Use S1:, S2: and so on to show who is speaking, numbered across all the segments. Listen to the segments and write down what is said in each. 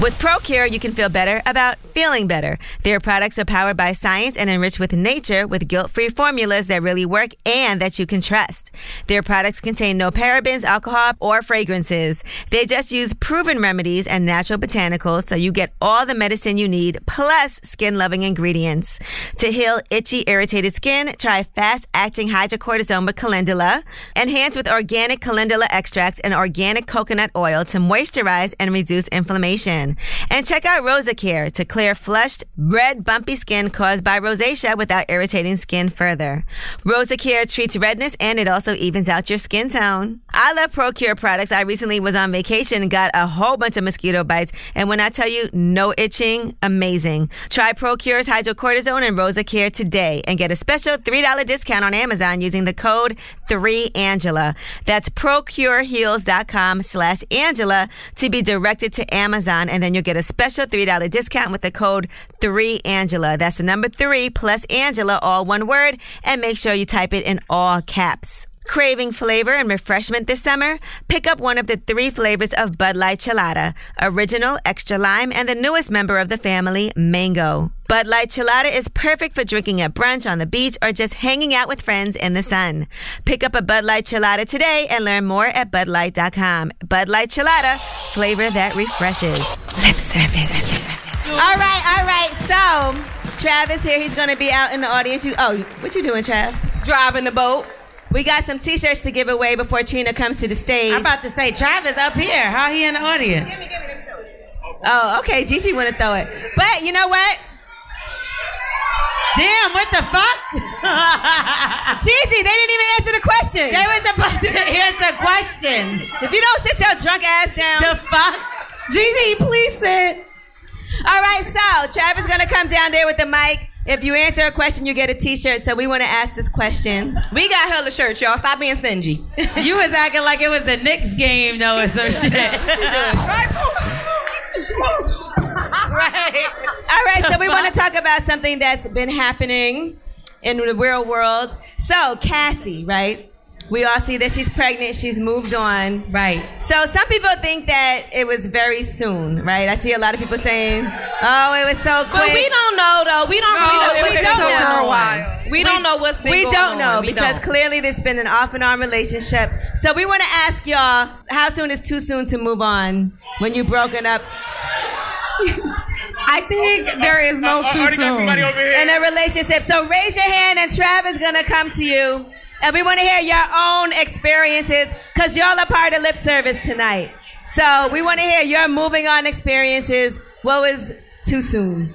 S1: With ProCure, you can feel better about feeling better. Their products are powered by science and enriched with nature with guilt free formulas that really work and that you can trust. Their products contain no parabens, alcohol, or fragrances. They just use proven remedies and natural botanicals so you get all the medicine you need plus skin loving ingredients. To heal itchy, irritated skin, try fast acting hydrocortisone with calendula, enhance with organic calendula extract and organic coconut oil to moisturize and reduce inflammation. And check out RosaCare to clear flushed, red, bumpy skin caused by rosacea without irritating skin further. RosaCare treats redness and it also evens out your skin tone. I love ProCure products. I recently was on vacation and got a whole bunch of mosquito bites. And when I tell you no itching, amazing. Try ProCure's hydrocortisone and RosaCare today and get a special $3 discount on Amazon using the code 3Angela. That's procureheals.com slash Angela to be directed to Amazon. And then you'll get a special $3 discount with the code 3Angela. That's the number three plus Angela, all one word. And make sure you type it in all caps. Craving flavor and refreshment this summer? Pick up one of the three flavors of Bud Light Chelada original, extra lime, and the newest member of the family, mango. Bud Light Chelada is perfect for drinking at brunch on the beach or just hanging out with friends in the sun. Pick up a Bud Light Chelada today and learn more at BudLight.com. Bud Light Chelada, flavor that refreshes. Lip service. All right, all right. So, Travis here, he's going to be out in the audience. You, oh, what you doing, Trav?
S2: Driving the boat.
S1: We got some t-shirts to give away before Trina comes to the stage.
S2: I'm about to say Travis up here. How he in the audience?
S1: oh, okay. Gigi want to throw it. But you know what?
S2: Damn, what the fuck?
S1: Gigi, they didn't even answer the question.
S2: they were supposed to answer questions.
S1: if you don't sit your drunk ass down.
S2: The fuck? Gigi, please sit.
S1: All right, so Travis going to come down there with the mic. If you answer a question, you get a t-shirt. So we want to ask this question.
S3: We got hella shirts, y'all. Stop being stingy.
S2: You was acting like it was the Knicks game though or some shit. right.
S1: All right, so we want to talk about something that's been happening in the real world. So Cassie, right? We all see that she's pregnant. She's moved on.
S2: Right.
S1: So some people think that it was very soon, right? I see a lot of people saying, "Oh, it was so quick."
S3: But we don't know though. We don't
S1: Oh, it
S3: really know what's been
S1: was just
S3: going
S1: for a
S3: on.
S2: while.
S3: We, don't know what's been
S1: we
S3: going
S1: don't know
S3: on. We
S1: because
S3: don't.
S1: clearly there's been an off and on relationship. So we want to ask y'all, how soon is too soon to move on when you broken up
S4: I think there is no
S5: I
S4: too
S5: already got
S4: soon.
S5: somebody over here.
S1: in a relationship? So raise your hand, and Travis gonna come to you, and we want to hear your own experiences because y'all are part of lip service tonight. So we want to hear your moving on experiences. What was too soon?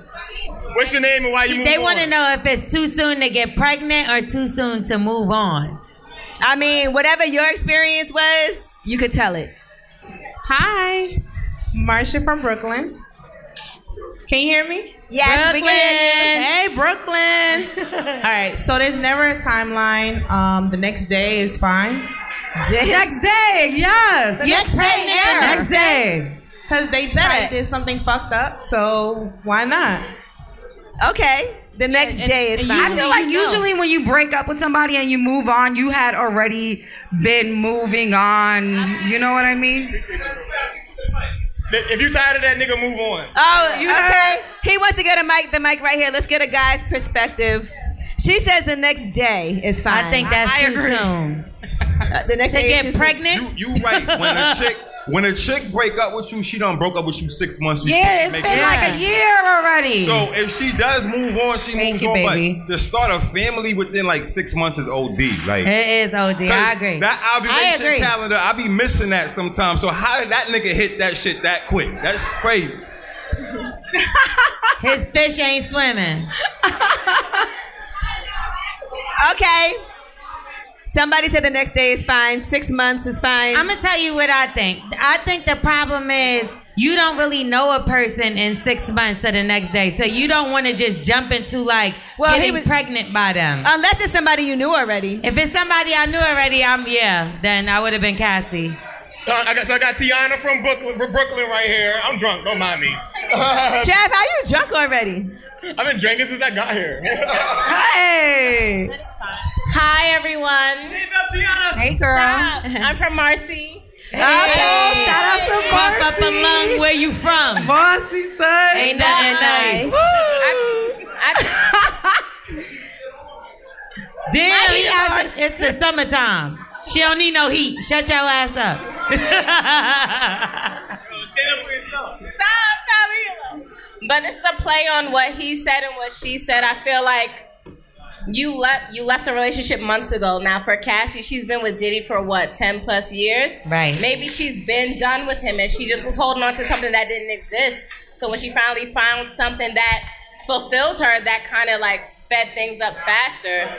S5: What's your name and why you moved
S2: They want to
S5: on?
S2: know if it's too soon to get pregnant or too soon to move on.
S1: I mean, whatever your experience was, you could tell it.
S4: Hi, Marcia from Brooklyn. Can you hear me?
S1: Yes, we can.
S4: Hey, Brooklyn. All right, so there's never a timeline. Um, the next day is fine.
S1: Next
S4: day, yes. The
S2: Yes,
S4: next
S2: next
S4: day,
S2: day.
S4: because they probably did something fucked up. So why not?
S1: Okay. The next
S4: and-
S1: day is
S4: and
S1: fine.
S6: I feel like
S4: you know.
S6: usually when you break up with somebody and you move on, you had already been moving on. You know what I mean?
S5: If you tired of that nigga, move on.
S1: Oh,
S6: You
S1: okay. He wants to get a mic, the mic right here. Let's get a guy's perspective. She says the next day is fine.
S2: I think that's
S6: I
S2: too
S6: agree.
S2: soon.
S1: Uh, the next
S2: To
S1: day is too
S2: get
S1: soon.
S2: pregnant?
S7: You you right. When a chick when a chick break up with you, she done broke up with you six months before.
S6: Yeah,
S7: you
S6: it's
S7: make
S6: been
S7: it.
S6: like a year already.
S7: So if she does move on, she
S6: Thank
S7: moves
S6: you,
S7: on.
S6: baby.
S7: But to start a family within like six months is OD. Like
S2: It is OD. I
S7: 'cause
S2: agree.
S7: That
S2: I agree.
S7: ovulation calendar, I be missing that sometimes. So how did that nigga hit that shit that quick? That's crazy.
S2: His fish ain't swimming.
S1: Okay. Somebody said the next day is fine. Six months is fine.
S2: I'm gonna tell you what I think. I think the problem is you don't really know a person in six months to the next day, so you don't want to just jump into like
S1: Well, he
S2: getting
S1: was-
S2: pregnant by them.
S1: Unless it's somebody you knew already.
S2: if it's somebody I knew already, I'm yeah. Then I would have been Cassie.
S5: Uh, I got, so I got Tiana from Brooklyn, Brooklyn right here. I'm drunk. Don't mind me.
S1: Trav, how you drunk already?
S5: I've been drinking since I got here.
S6: hey,
S8: Hi, everyone.
S5: Tiana.
S6: hey, girl.
S8: I'm from Marcy.
S2: Hey.
S6: shout out to
S2: Pop up
S6: Marcy.
S2: along where you from.
S6: Bossy son.
S3: Ain't nothing nice.
S2: Damn, he out- it's the summertime. She don't need no heat. Shut your ass up.
S5: Stand up for yourself.
S8: But it's a play on what he said and what she said. I feel like you left you left a relationship months ago. Now for Cassie, she's been with Diddy for what ten plus years.
S2: Right.
S8: Maybe she's been done with him, and she just was holding on to something that didn't exist. So when she finally found something that fulfills her, that kind of like sped things up faster.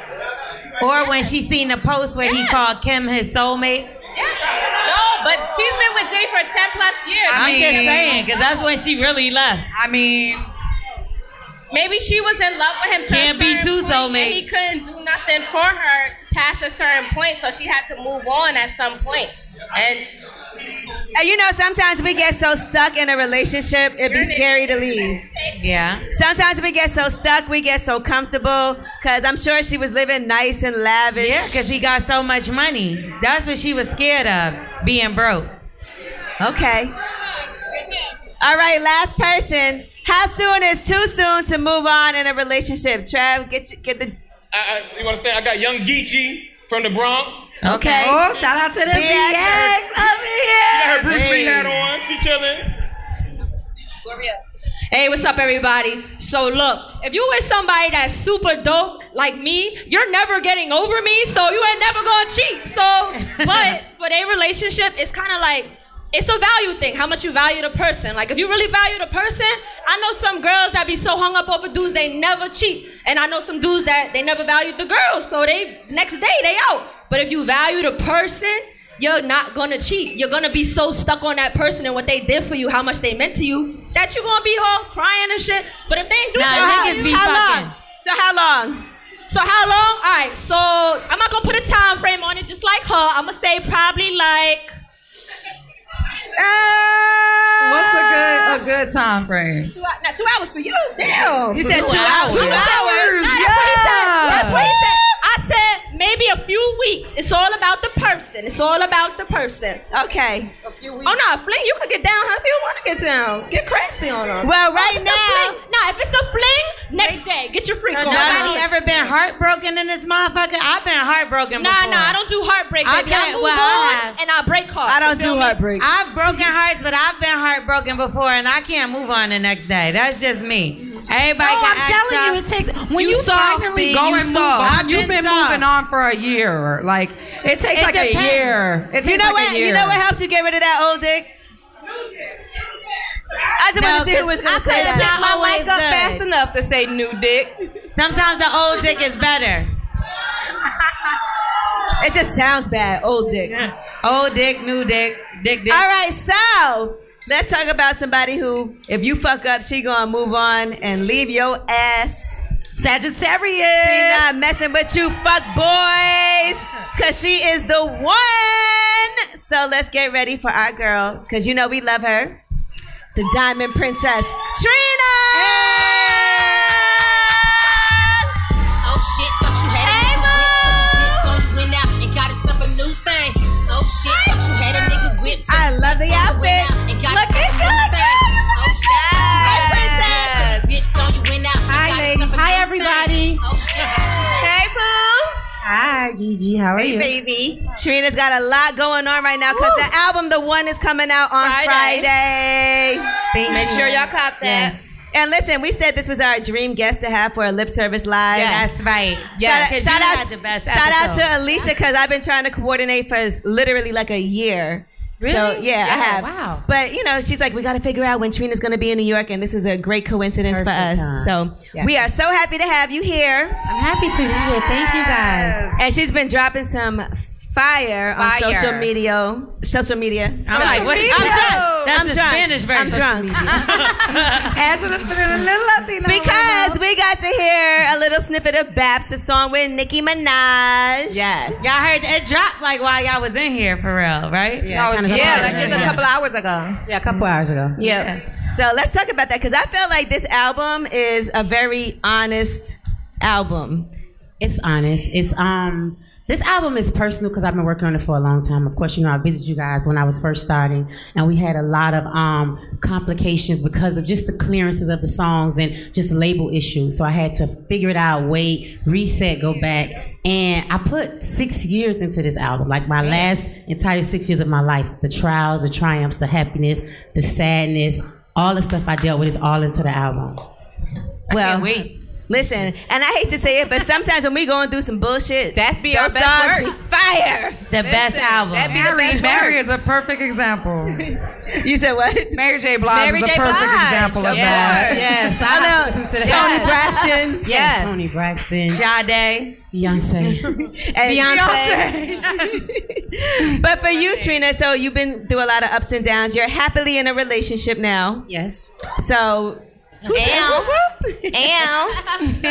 S2: or when she seen the post where he
S8: Yes.
S2: called Kim his soulmate.
S8: No, but she's been with Diddy for ten plus years.
S2: I'm
S6: mean-
S2: just saying, because that's when she really left.
S6: I mean,
S8: Maybe she was in love with him. To
S2: Can't
S8: a
S2: be
S8: certain
S2: two
S8: point,
S2: soulmates.
S8: And he couldn't do nothing for her past a certain point, so she had to move on at some point. And
S1: And Uh, you know, sometimes we get so stuck in a relationship, it'd be scary to leave.
S2: Yeah.
S1: Sometimes we get so stuck, we get so comfortable, because I'm sure she was living nice and lavish.
S2: Yeah, because he got so much money. That's what she was scared of, being broke.
S1: Okay. All right, last person. How soon is too soon to move on in a relationship? Trav, get you, get the
S5: I, I, you understand? I got young Geechee from the Bronx. She
S1: okay.
S6: oh, shout out to the
S1: BX.
S6: BX over here.
S5: got her Bruce Lee
S2: Hey.
S5: hat on. She chilling.
S9: Hey, what's up, everybody? So look, if you with somebody that's super dope like me, you're never getting over me, so you ain't never gonna cheat. So, but for their relationship, it's kind of like it's a value thing. How much you value the person? Like if you really value the person, I know some girls that be so hung up over dudes they never cheat, and I know some dudes that they never valued the girl, so they next day they out. But if you value the person, you're not gonna cheat. You're gonna be so stuck on that person and what they did for you, how much they meant to you, that you're gonna be all crying and shit. But if they ain't do
S2: Nah,
S9: nothing,
S2: niggas be
S9: how
S2: fucking.
S9: long?
S1: So how long?
S9: So how long? All right. So I'm not gonna put a time frame on it, just like her. I'm gonna say probably like
S6: What's a good a good time frame?
S9: two, hou- not two hours for you. Damn.
S1: You said two hours.
S9: Two hours. Nah, That's what he said.
S6: Yeah.
S9: That's what he said. I said maybe a few weeks. It's all about the person. It's all about the person.
S1: Okay.
S9: Oh no, fling! You could get down however you want to get down. Get crazy on them.
S1: Well, right
S9: It's a
S1: now,
S9: fling. nah. If it's a fling, next day, get your freak on.
S2: Nobody ever been heartbroken in this motherfucker? I've been heartbroken
S9: Nah,
S2: before.
S9: nah. I don't do heartbreak.
S2: I
S9: Baby. I,
S2: can't-
S9: move
S2: well, I
S9: on
S2: have.
S9: and I break hearts.
S1: I don't
S9: you feel
S1: do
S9: me?
S1: heartbreak.
S2: I've broken hearts, but I've been heartbroken before, and I can't move on the next day. That's just me. Everybody
S4: No,
S2: can
S4: I'm
S2: act
S4: telling you,
S2: tough.
S4: it takes when you,
S6: soft,
S4: finally
S6: B,
S4: go
S6: you
S4: and move
S6: soft.
S4: on.
S6: You've
S2: I've
S6: been
S2: been soft.
S6: moving on for a year. Like it takes
S2: It
S6: like
S2: depends.
S6: a year. It takes
S1: You know
S6: like
S1: what?
S6: a year.
S1: You know what helps you get rid of that old dick? I just want to see who was gonna
S2: I
S1: say
S2: couldn't
S1: that.
S2: pick my mic up fast
S3: enough to say new dick.
S2: Sometimes the old dick is better.
S1: It just sounds bad, old dick.
S2: Old dick, new dick, dick dick.
S1: All right, so let's talk about somebody who, if you fuck up, she gonna move on and leave your ass.
S6: Sagittarius.
S1: She not messing with you, fuck boys, cause she is the one. So let's get ready for our girl, cause you know we love her, the Diamond Princess, Trina.
S8: Oh shit, thought you had a nigga whipped. Thought you went out and got yourself a new thing. Oh shit, thought you had a nigga whipped. Oh,
S1: I love the outfit.
S8: Look at Oh, you. Hi, ladies. Hi, everybody. Hey, Pooh.
S1: Hi, Gigi. How are you?
S8: Baby.
S1: Trina's got a lot going on right now because the album, The One, is coming out on Friday.
S8: Friday. Make sure y'all cop that.
S1: And listen, we said this was our dream guest to have for a lip service live.
S2: That's right.
S1: Shout out,
S2: 'cause
S1: shout
S2: you
S1: out,
S2: had the best
S1: shout out
S2: episode.
S1: to Alicia because I've been trying to coordinate for s- literally like a year. So
S2: Really?
S1: yeah, I
S2: Yeah,
S1: have.
S2: wow.
S1: But you know, she's like, we got to figure out when Trina's going to be in New York, and this was a great coincidence for us.
S2: Perfect time.
S1: So we are so happy to have you here.
S2: I'm happy to be here. Thank you guys.
S1: And she's been dropping some fire, on
S3: Fire.
S1: social media. Social media.
S2: I'm like, what?
S1: I'm drunk.
S2: That's
S1: I'm
S2: the
S1: drunk.
S2: Spanish
S1: I'm
S2: version.
S1: drunk.
S6: Angela's been in a little Latina.
S1: Because we got to hear a little snippet of Babs, the song with Nicki Minaj. Yes.
S2: Y'all heard that it dropped like while y'all was in here for real, right?
S6: No, it's-
S3: Yeah,
S6: yeah,
S3: like just a couple of hours ago.
S6: yeah, a couple hours ago.
S1: Yeah. So let's talk about that because I felt like this album is a very honest album.
S10: It's honest. It's um This album is personal because I've been working on it for a long time. Of course, you know, I visited you guys when I was first starting, and we had a lot of um, complications because of just the clearances of the songs and just label issues. So I had to figure it out, wait, reset, go back. And I put six years into this album, like my last entire six years of my life the trials, the triumphs, the happiness, the sadness, all the stuff I dealt with is all into the album.
S1: well, Listen, and I hate to say it, but sometimes when we going through some bullshit, that's
S3: be our best
S1: songs
S3: work.
S1: be fire. The
S3: best album. that be the
S6: Mary,
S3: best
S6: Mary
S3: work.
S6: is a perfect example.
S1: you said what?
S6: Mary J. Blige
S3: Mary
S6: is a
S3: J.
S6: perfect
S3: Blige,
S6: example of
S3: of
S6: that.
S3: course. Yes,
S10: I
S1: Hello,
S10: listen to
S1: Tony
S10: that.
S1: Braxton.
S10: Yes. Tony Braxton.
S1: Sade.
S10: Beyonce.
S1: And
S3: Beyonce.
S1: Beyonce. but for you, Trina, so you've been through a lot of ups and downs. You're happily in a relationship now.
S10: yes.
S1: So, who said
S3: Ow.
S1: whoop, whoop?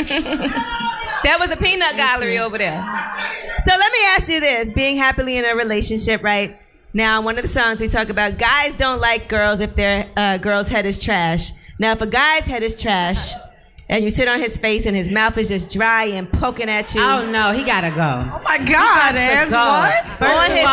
S3: that was the peanut gallery over there.
S1: So let me ask you this: being happily in a relationship, right? Now, one of the songs we talk about, guys don't like girls if their uh, girl's head is trash. Now, if a guy's head is trash, and you sit on his face and his mouth is just dry and poking at you,
S10: Oh no, he gotta go.
S6: Oh my God, Ange,
S10: go.
S6: what?
S10: First
S6: What?
S10: of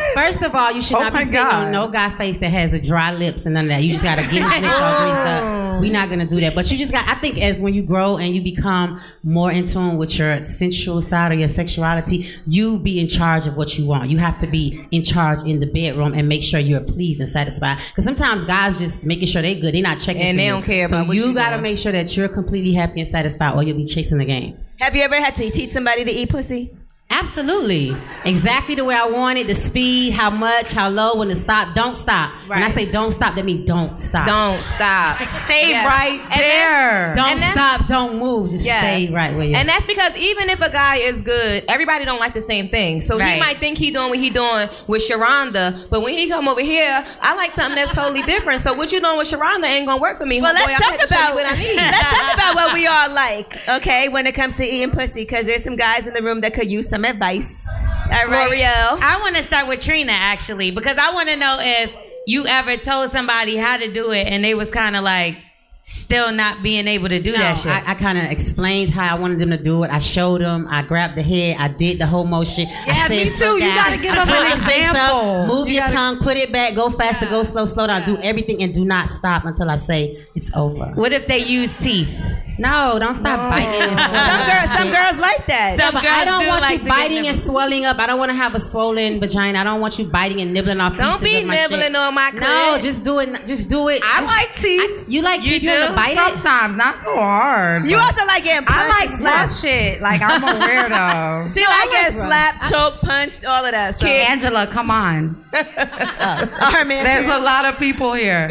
S10: all, First of all, you should
S6: Oh
S10: not
S6: my
S10: be sitting
S6: God.
S10: on no guy face that has a dry lips and none of that. You just gotta get his lips all greased up. We're not gonna do that. But you just got I think as when you grow and you become more in tune with your sensual side or your sexuality, you be in charge of what you want. You have to be in charge in the bedroom and make sure you're pleased and satisfied. Because sometimes guys just making sure they good. They not checking.
S3: And
S10: for
S3: they
S10: you.
S3: don't care
S10: So
S3: about what
S10: you
S3: you
S10: gotta
S3: doing.
S10: make sure that you're completely happy and satisfied or you'll be chasing the game.
S1: have you ever had to teach somebody to eat pussy?
S10: Absolutely. Exactly the way I want it, the speed, how much, how low, when to stop. Don't stop. When I
S3: Right.
S10: say don't stop, that means don't stop.
S3: Don't stop.
S6: Stay
S3: Yes.
S6: right
S3: And
S6: there.
S10: Don't
S3: And that's-
S10: stop, don't move. Just
S3: Yes.
S10: stay right where you're
S3: And that's because even if a guy is good, everybody don't like the same thing. So
S2: Right.
S3: he might think he doing what he doing with Sharonda, but when he come over here, I like something that's totally different. So what you doing with Sharonda ain't gonna work for me.
S1: Well,
S3: homeboy.
S1: let's
S3: I'm
S1: talk
S3: gonna show you
S1: about
S3: what I need.
S1: let's talk about what we all like, okay? When it comes to eating pussy, because there's some guys in the room that could use some advice. All right,
S3: L'Oreal.
S2: I want to start with Trina actually because I want to know if you ever told somebody how to do it and they was kind of like still not being able to do
S10: No,
S2: that shit.
S10: I, I kind of explained how I wanted them to do it. I showed them. I grabbed the head. I did the whole motion.
S6: Yeah,
S10: I
S6: me too. You gotta give
S10: I
S6: them
S10: put
S6: an
S10: your face up,
S6: example.
S10: move your tongue. Put it back. Go faster. Go slow. Slow down. Do everything and do not stop until I say it's over.
S2: what if they use teeth?
S10: No, don't stop biting. and
S1: Some
S10: swallowing
S1: girls, some
S10: shit.
S1: girls like that.
S10: Yeah, but
S2: girls
S10: I don't
S2: do
S10: want
S2: like to
S10: you
S2: get
S10: biting and
S2: nibbled.
S10: swelling up. I don't want to have a swollen vagina. I don't want you biting and nibbling off
S3: Don't
S10: pieces
S3: be
S10: of my
S3: nibbling
S10: shit.
S3: on my clit.
S10: No, just do it. Just do it.
S6: I
S10: Just-
S6: like teeth.
S10: You like
S2: You
S10: teeth? You want
S2: do?
S10: to bite it?
S6: Sometimes, not so hard.
S1: you also like getting punched.
S6: I like
S1: and slapped.
S6: slap shit. Like I'm a weirdo.
S1: She like getting slapped, choked, punched, all of that. So,
S6: Angela, come on.
S1: Armin.
S6: There's a lot of people here.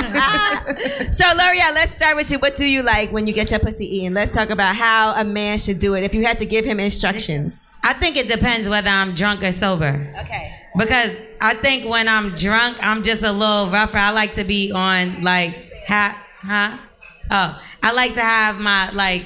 S1: So, L'Oreal, let's start with you. What do you like when you get your pussy eaten? Let's talk about how a man should do it if you had to give him instructions.
S2: I think it depends whether I'm drunk or sober.
S1: Okay.
S2: Because I think when I'm drunk, I'm just a little rougher. I like to be on like ha huh? Oh, I like to have my like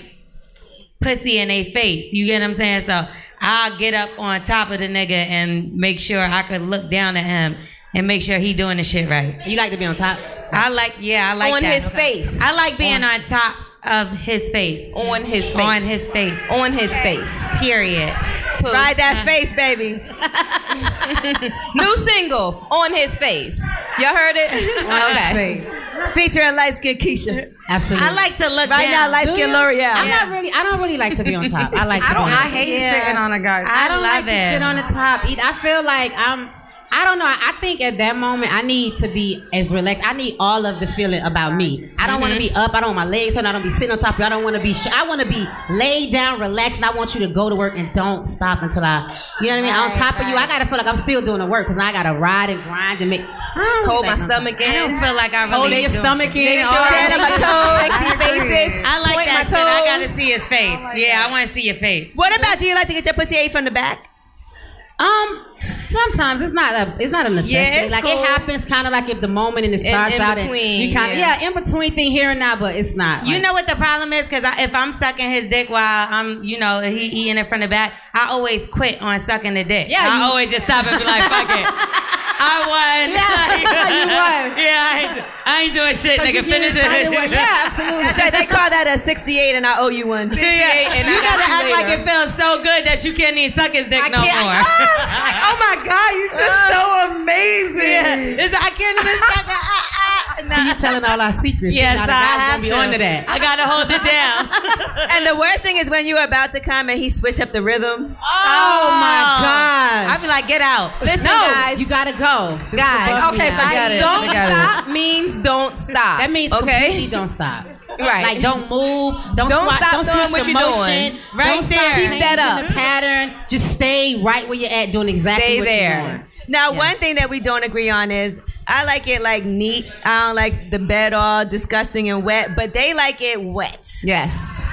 S2: pussy in a face. You get what I'm saying? So I'll get up on top of the nigga and make sure I could look down at him and make sure he doing the shit right.
S10: You like to be on top?
S2: I like yeah, I like
S3: on
S2: that.
S3: his face.
S2: I like being on top of his face.
S3: on his face.
S2: On his face.
S3: On his face.
S2: Period.
S3: Poo.
S1: Ride that face, baby.
S3: New single. On his face. Y'all heard it? okay.
S1: Featuring light skinned Keisha.
S10: Absolutely.
S2: I like to look
S1: Right
S2: down.
S1: now, light skinned
S10: I'm
S1: L'Oreal.
S10: not really. I don't really like to be on top. I like. To
S6: I don't.
S10: Be on
S6: I
S10: top.
S6: hate
S10: Yeah.
S6: sitting on a guy's.
S2: I
S10: I don't
S2: love
S10: like to
S2: it.
S10: sit on the top. Either. I feel like I'm. I don't know. I think at that moment I need to be as relaxed. I need all of the feeling about me. I don't want to be
S2: Mm-hmm.
S10: up. I don't want my legs hurt. I don't be sitting on top. of you. I don't want to be. Sh- I want to be laid down, relaxed, and I want you to go to work and don't stop until I. You know what I mean? on top of you, I gotta feel like I'm still doing the work because I gotta ride and grind and make. I don't
S3: Hold
S10: like
S3: my
S10: on
S3: stomach
S10: top.
S2: I
S3: in.
S2: don't feel like I really
S10: Hold your
S2: doing
S10: stomach
S2: shit.
S10: in.
S3: Make
S10: all
S3: sure I'm
S10: right.
S3: looking at
S6: I
S3: sexy
S6: agree.
S3: faces.
S2: I like
S3: Point my
S2: that shit. I
S3: toes.
S2: gotta see his face. yeah, I want to see your face.
S1: What about do you like to get your pussy ate from the back?
S10: Um, sometimes it's not a it's not a necessity.
S2: Yeah, it's
S10: like
S2: cool.
S10: it happens kind of like if the moment and it starts
S3: in
S10: out
S3: between,
S10: and you kind of
S3: yeah.
S10: yeah. in between thing here and now, but it's not.
S2: You
S10: like-
S2: know what the problem is? Because if I'm sucking his dick while I'm, you know, he eating it from the back, I always quit on sucking the dick.
S10: Yeah,
S2: I
S10: you-
S2: always just stop and be like, fuck it. I won.
S11: Yeah, you won.
S2: Yeah, I ain't, I ain't doing shit,
S11: But you
S2: nigga.
S11: get
S2: Finish
S11: inside the
S2: it.
S11: one. Yeah, absolutely.
S1: That's right. They call that a 68 and I owe you one.
S2: you gotta act like it feels so good that you can't even suck his dick no
S1: can't-
S2: more.
S1: Ah!
S2: oh my god, you're
S11: just so
S2: amazing. Yeah. It's, I can't even suck it. Ah,
S1: Uh,
S2: ah.
S10: So you telling all our secrets.
S1: Yes,
S10: now the
S1: I
S10: guys
S1: have
S10: gonna be
S1: to.
S10: onto that.
S2: I gotta hold it down.
S1: and the worst thing is when you are about to come and he switch up the rhythm.
S2: Oh,
S1: my
S10: gosh.
S2: I'd be like, get out.
S3: Listen,
S1: No,
S3: guys, you
S10: gotta go,
S11: above
S3: guys.
S11: me now. I
S3: Don't
S11: forget it.
S3: stop means don't stop.
S10: That means
S3: okay.
S10: completely don't stop.
S3: Right.
S10: Like don't move. Don't,
S3: Don't
S10: swat-
S3: stop
S10: don't
S3: doing
S10: switch
S3: what
S10: the
S3: you're
S10: motion.
S3: doing. Right
S10: don't
S3: there.
S10: Stop
S3: Keep that
S10: changing
S3: up.
S10: The pattern. Just stay right where you're at, doing exactly
S1: Stay
S10: what
S1: there.
S10: you're doing.
S1: Now, one thing that we don't agree on is I like it like neat. I don't like the bed all disgusting and wet, but they like it wet.
S3: Yes.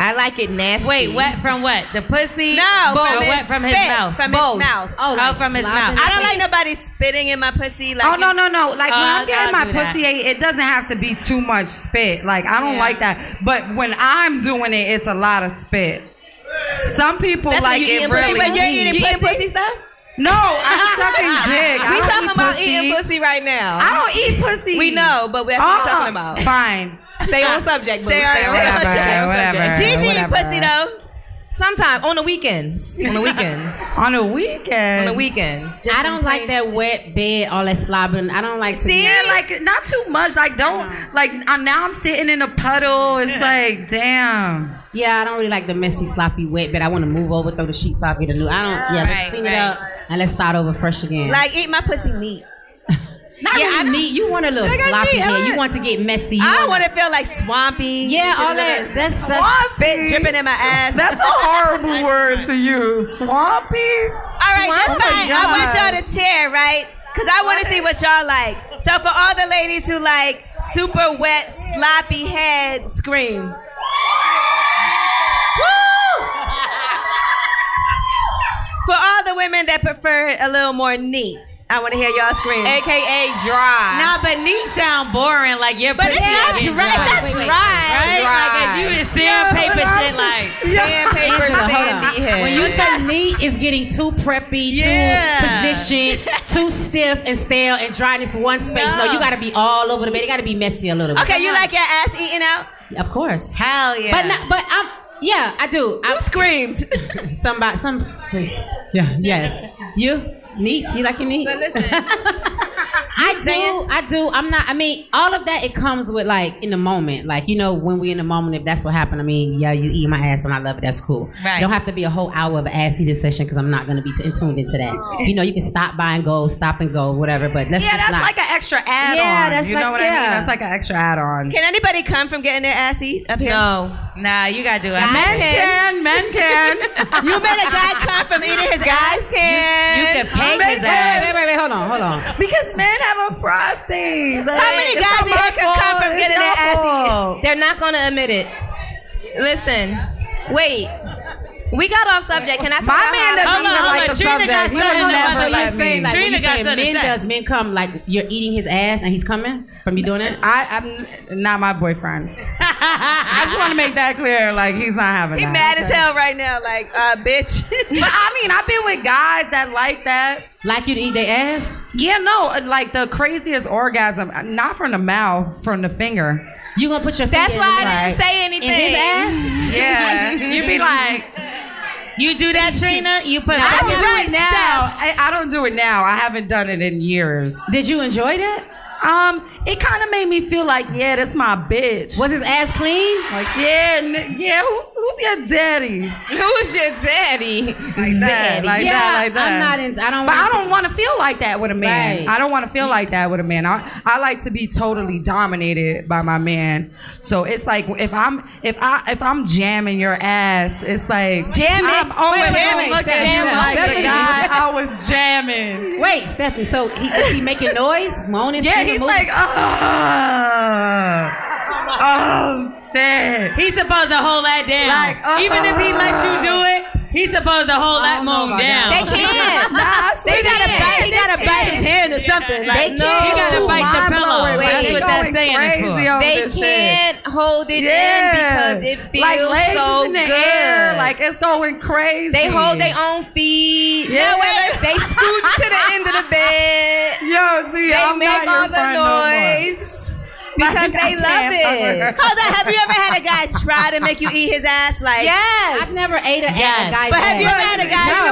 S3: I like it nasty.
S2: Wait, wet from what? The pussy?
S1: No,
S2: Both.
S1: from
S2: Or
S1: his
S2: wet from his
S1: spit,
S2: mouth.
S1: From
S2: Both.
S1: his mouth.
S2: Oh, like from his mouth.
S1: I don't like nobody spitting in my pussy. Like
S6: oh no no no! Like
S3: Uh,
S6: when
S1: Oh,
S6: I'm getting my
S1: I'll do that.
S6: pussy ate, it doesn't have to be too much spit. Like I don't
S1: Yeah.
S6: like that. But when I'm doing it, it's a lot of spit. Some people
S3: Stephanie,
S6: like
S3: you
S6: it
S3: eating
S6: really.
S3: pussy? Wait, you're eating You eating pussy? pussy stuff?
S6: No, I'm sucking dick. I
S3: We
S6: don't
S3: talking
S6: eat
S3: about
S6: pussy.
S3: eating pussy right now.
S6: I don't eat pussy.
S3: We know, but that's what
S6: Oh,
S3: we're talking about.
S6: Fine.
S3: Stay on subject, boo.
S6: Stay
S3: Stay,
S6: on-
S3: on
S6: whatever,
S3: subject. Stay on
S6: whatever,
S3: subject.
S6: Gigi, whatever. pussy,
S1: though.
S3: Sometime on the weekends. On the weekends.
S6: on the weekend.
S3: On the weekend.
S10: I don't like that wet bed, all that slobbing. I don't like.
S6: See, yeah, like not too much. Like don't like. I, now I'm sitting in a puddle. It's like damn.
S10: Yeah, I don't really like the messy, sloppy, wet bed. I want to move over, throw the sheets off, get a new. I don't. Yeah,
S1: Right,
S10: let's clean it up and let's start over fresh again.
S1: Like eat my pussy neat.
S10: not really neat. You want a little
S1: Like, I
S10: sloppy
S1: need- I
S10: here. You
S1: want-
S10: want to get messy. You
S1: I want
S10: wanna-
S1: to feel like swampy.
S10: Yeah,
S1: Shit
S10: all
S1: like-
S10: that. That's that's.
S1: Swampy. Spit dripping in my ass.
S6: That's a horrible word to use. Swampy.
S1: All right, that's
S6: Swampy.
S1: fine. I want y'all to cheer, right? Because I want to see what y'all like. So for all the ladies who like super wet, sloppy head, scream. Woo! For all the women that prefer it a little more neat, I want to hear y'all scream.
S3: AKA dry.
S2: Nah, but neat sound boring. Like your
S1: But it's
S2: pussy
S1: not
S2: ain't
S1: dry. It's not
S2: Wait, wait,
S1: dry.
S2: Right? Like if you did sandpaper shit, like
S3: Sandpaper,
S10: Angela, hold on.
S3: sandy head.
S10: When you say neat, it's getting too preppy,
S3: Yeah.
S10: too positioned, too stiff and stale and dry in this one space. No,
S1: No.
S10: you got to be all over the bed. It got to be messy a little bit.
S1: Okay, you like your ass eating out?
S10: Of course.
S2: Hell yeah.
S10: But not, but I'm yeah, I do. I
S1: screamed.
S10: Somebody some Yeah, yes. You neat. You like you neat.
S3: But listen,
S10: I do, I do. I'm not I mean, all of that it comes with like in the moment. Like, you know, when we in the moment, if that's what happened, I mean, yeah, you eat my ass and I love it, that's cool.
S3: Right.
S10: Don't have to be a whole hour of an ass eating session because I'm not gonna be t- tuned into that. You know, you can stop by and go, stop and go, whatever, but that's
S6: Oh. yeah,
S10: just
S6: that's
S10: not
S6: like an extra add-on.
S10: Yeah, that's
S6: you
S10: like-
S6: know what I
S10: yeah.
S6: mean. That's like an extra add-on.
S1: Can anybody come from getting their ass eat up here?
S3: No.
S2: Nah, you gotta do it.
S6: Men can, men can.
S1: You bet a guy come from eating his ass.
S2: You can pay for
S6: Men
S10: Wait,
S2: that.
S10: wait, wait, wait, hold on, hold on.
S6: because men have a prostate. Like,
S1: How many
S6: it's
S1: guys
S6: not
S1: in
S6: my
S1: here can come
S6: fault.
S1: from
S6: It's
S1: getting their
S6: your
S1: ass
S6: fault.
S3: They're not gonna admit it. Listen, wait. We got off subject. Can I talk
S6: My
S3: about
S6: man
S3: how I-
S6: doesn't
S2: Hold on,
S6: even
S2: hold
S6: like
S2: on.
S6: the
S2: Trina got
S6: subject. He
S2: something
S6: don't
S2: to
S6: never
S2: say.
S3: Trina got
S6: like me.
S10: When
S2: Trina
S10: you
S2: got
S10: say
S2: something to
S10: men
S2: say.
S10: does men come like you're eating his ass and he's coming from you doing it?
S6: I, I'm not my boyfriend. I just want to make that clear. Like he's not having
S1: He
S6: that.
S1: mad as hell right now, like, uh, bitch.
S6: But I mean, I've been with guys that like that.
S10: Like you to eat their ass?
S6: Yeah, no, like the craziest orgasm, not from the mouth, from the finger.
S10: You gonna put your
S3: That's
S10: finger
S3: why I
S10: in his-
S3: didn't say anything.
S10: in his ass?
S6: Yeah, you'd be like,
S2: You do that, Trina? You put
S6: I don't do
S1: right,
S6: it now. I, I don't do it now. I haven't done it in years.
S10: Did you enjoy that?
S6: Um, it kind of made me feel like, yeah, that's my bitch.
S10: Was his ass clean?
S6: Like, yeah, n- yeah, who's, who's your daddy?
S3: Who's your daddy?
S6: Like that,
S3: Zaddy.
S6: like
S10: Yeah,
S6: that, like
S10: I'm
S6: that.
S10: not in- I don't
S6: But
S10: wanna
S6: I don't want to feel like that with a man.
S10: Right.
S6: I don't want to feel like that with a man. I, I like to be totally dominated by my man. So it's like if I'm if I if I'm jamming your ass, it's like
S1: Jam it.
S6: I'm always
S1: Jam
S6: gonna
S1: it.
S6: look at
S1: Jam
S6: you
S1: it.
S6: like the
S1: Definitely.
S6: guy I was jamming.
S10: Wait, Stephanie. So he, is he making noise, moaning?
S6: Yeah,
S10: screaming,
S6: he's
S10: moving?
S6: like, "Ah, oh, oh shit.
S2: He's supposed to hold that down.
S6: Like, uh,
S2: Even if he let you do it, he's supposed to hold that moon down.
S3: They can't.
S6: Nah, I swear
S1: he
S6: to
S1: gotta
S6: God.
S1: bite, he gotta bite his hand or something. Like,
S3: They
S2: He
S3: can't.
S2: gotta
S3: Ooh,
S2: bite the
S6: mind
S2: pillow.
S6: blowing.
S2: That's
S6: They
S2: what that
S6: going
S2: saying is
S6: crazy over
S3: They
S6: this shit.
S3: can't hold it in because it
S6: like
S3: feels
S6: legs
S3: so
S6: in the
S3: good.
S6: Air, like it's going crazy.
S3: They hold their own feet.
S6: Yeah,
S3: they, they scooch to the end of the bed.
S6: Yo, G,
S3: they
S6: I'm
S3: make
S6: not your
S3: all
S6: friend no more.
S3: the noise. Because they love it.
S1: Hold on, have you ever had a guy try to make you eat his ass? Like
S3: Yes.
S1: I've never ate
S3: a- at a guy's
S1: But have you ever
S3: ass.
S1: had a
S3: No.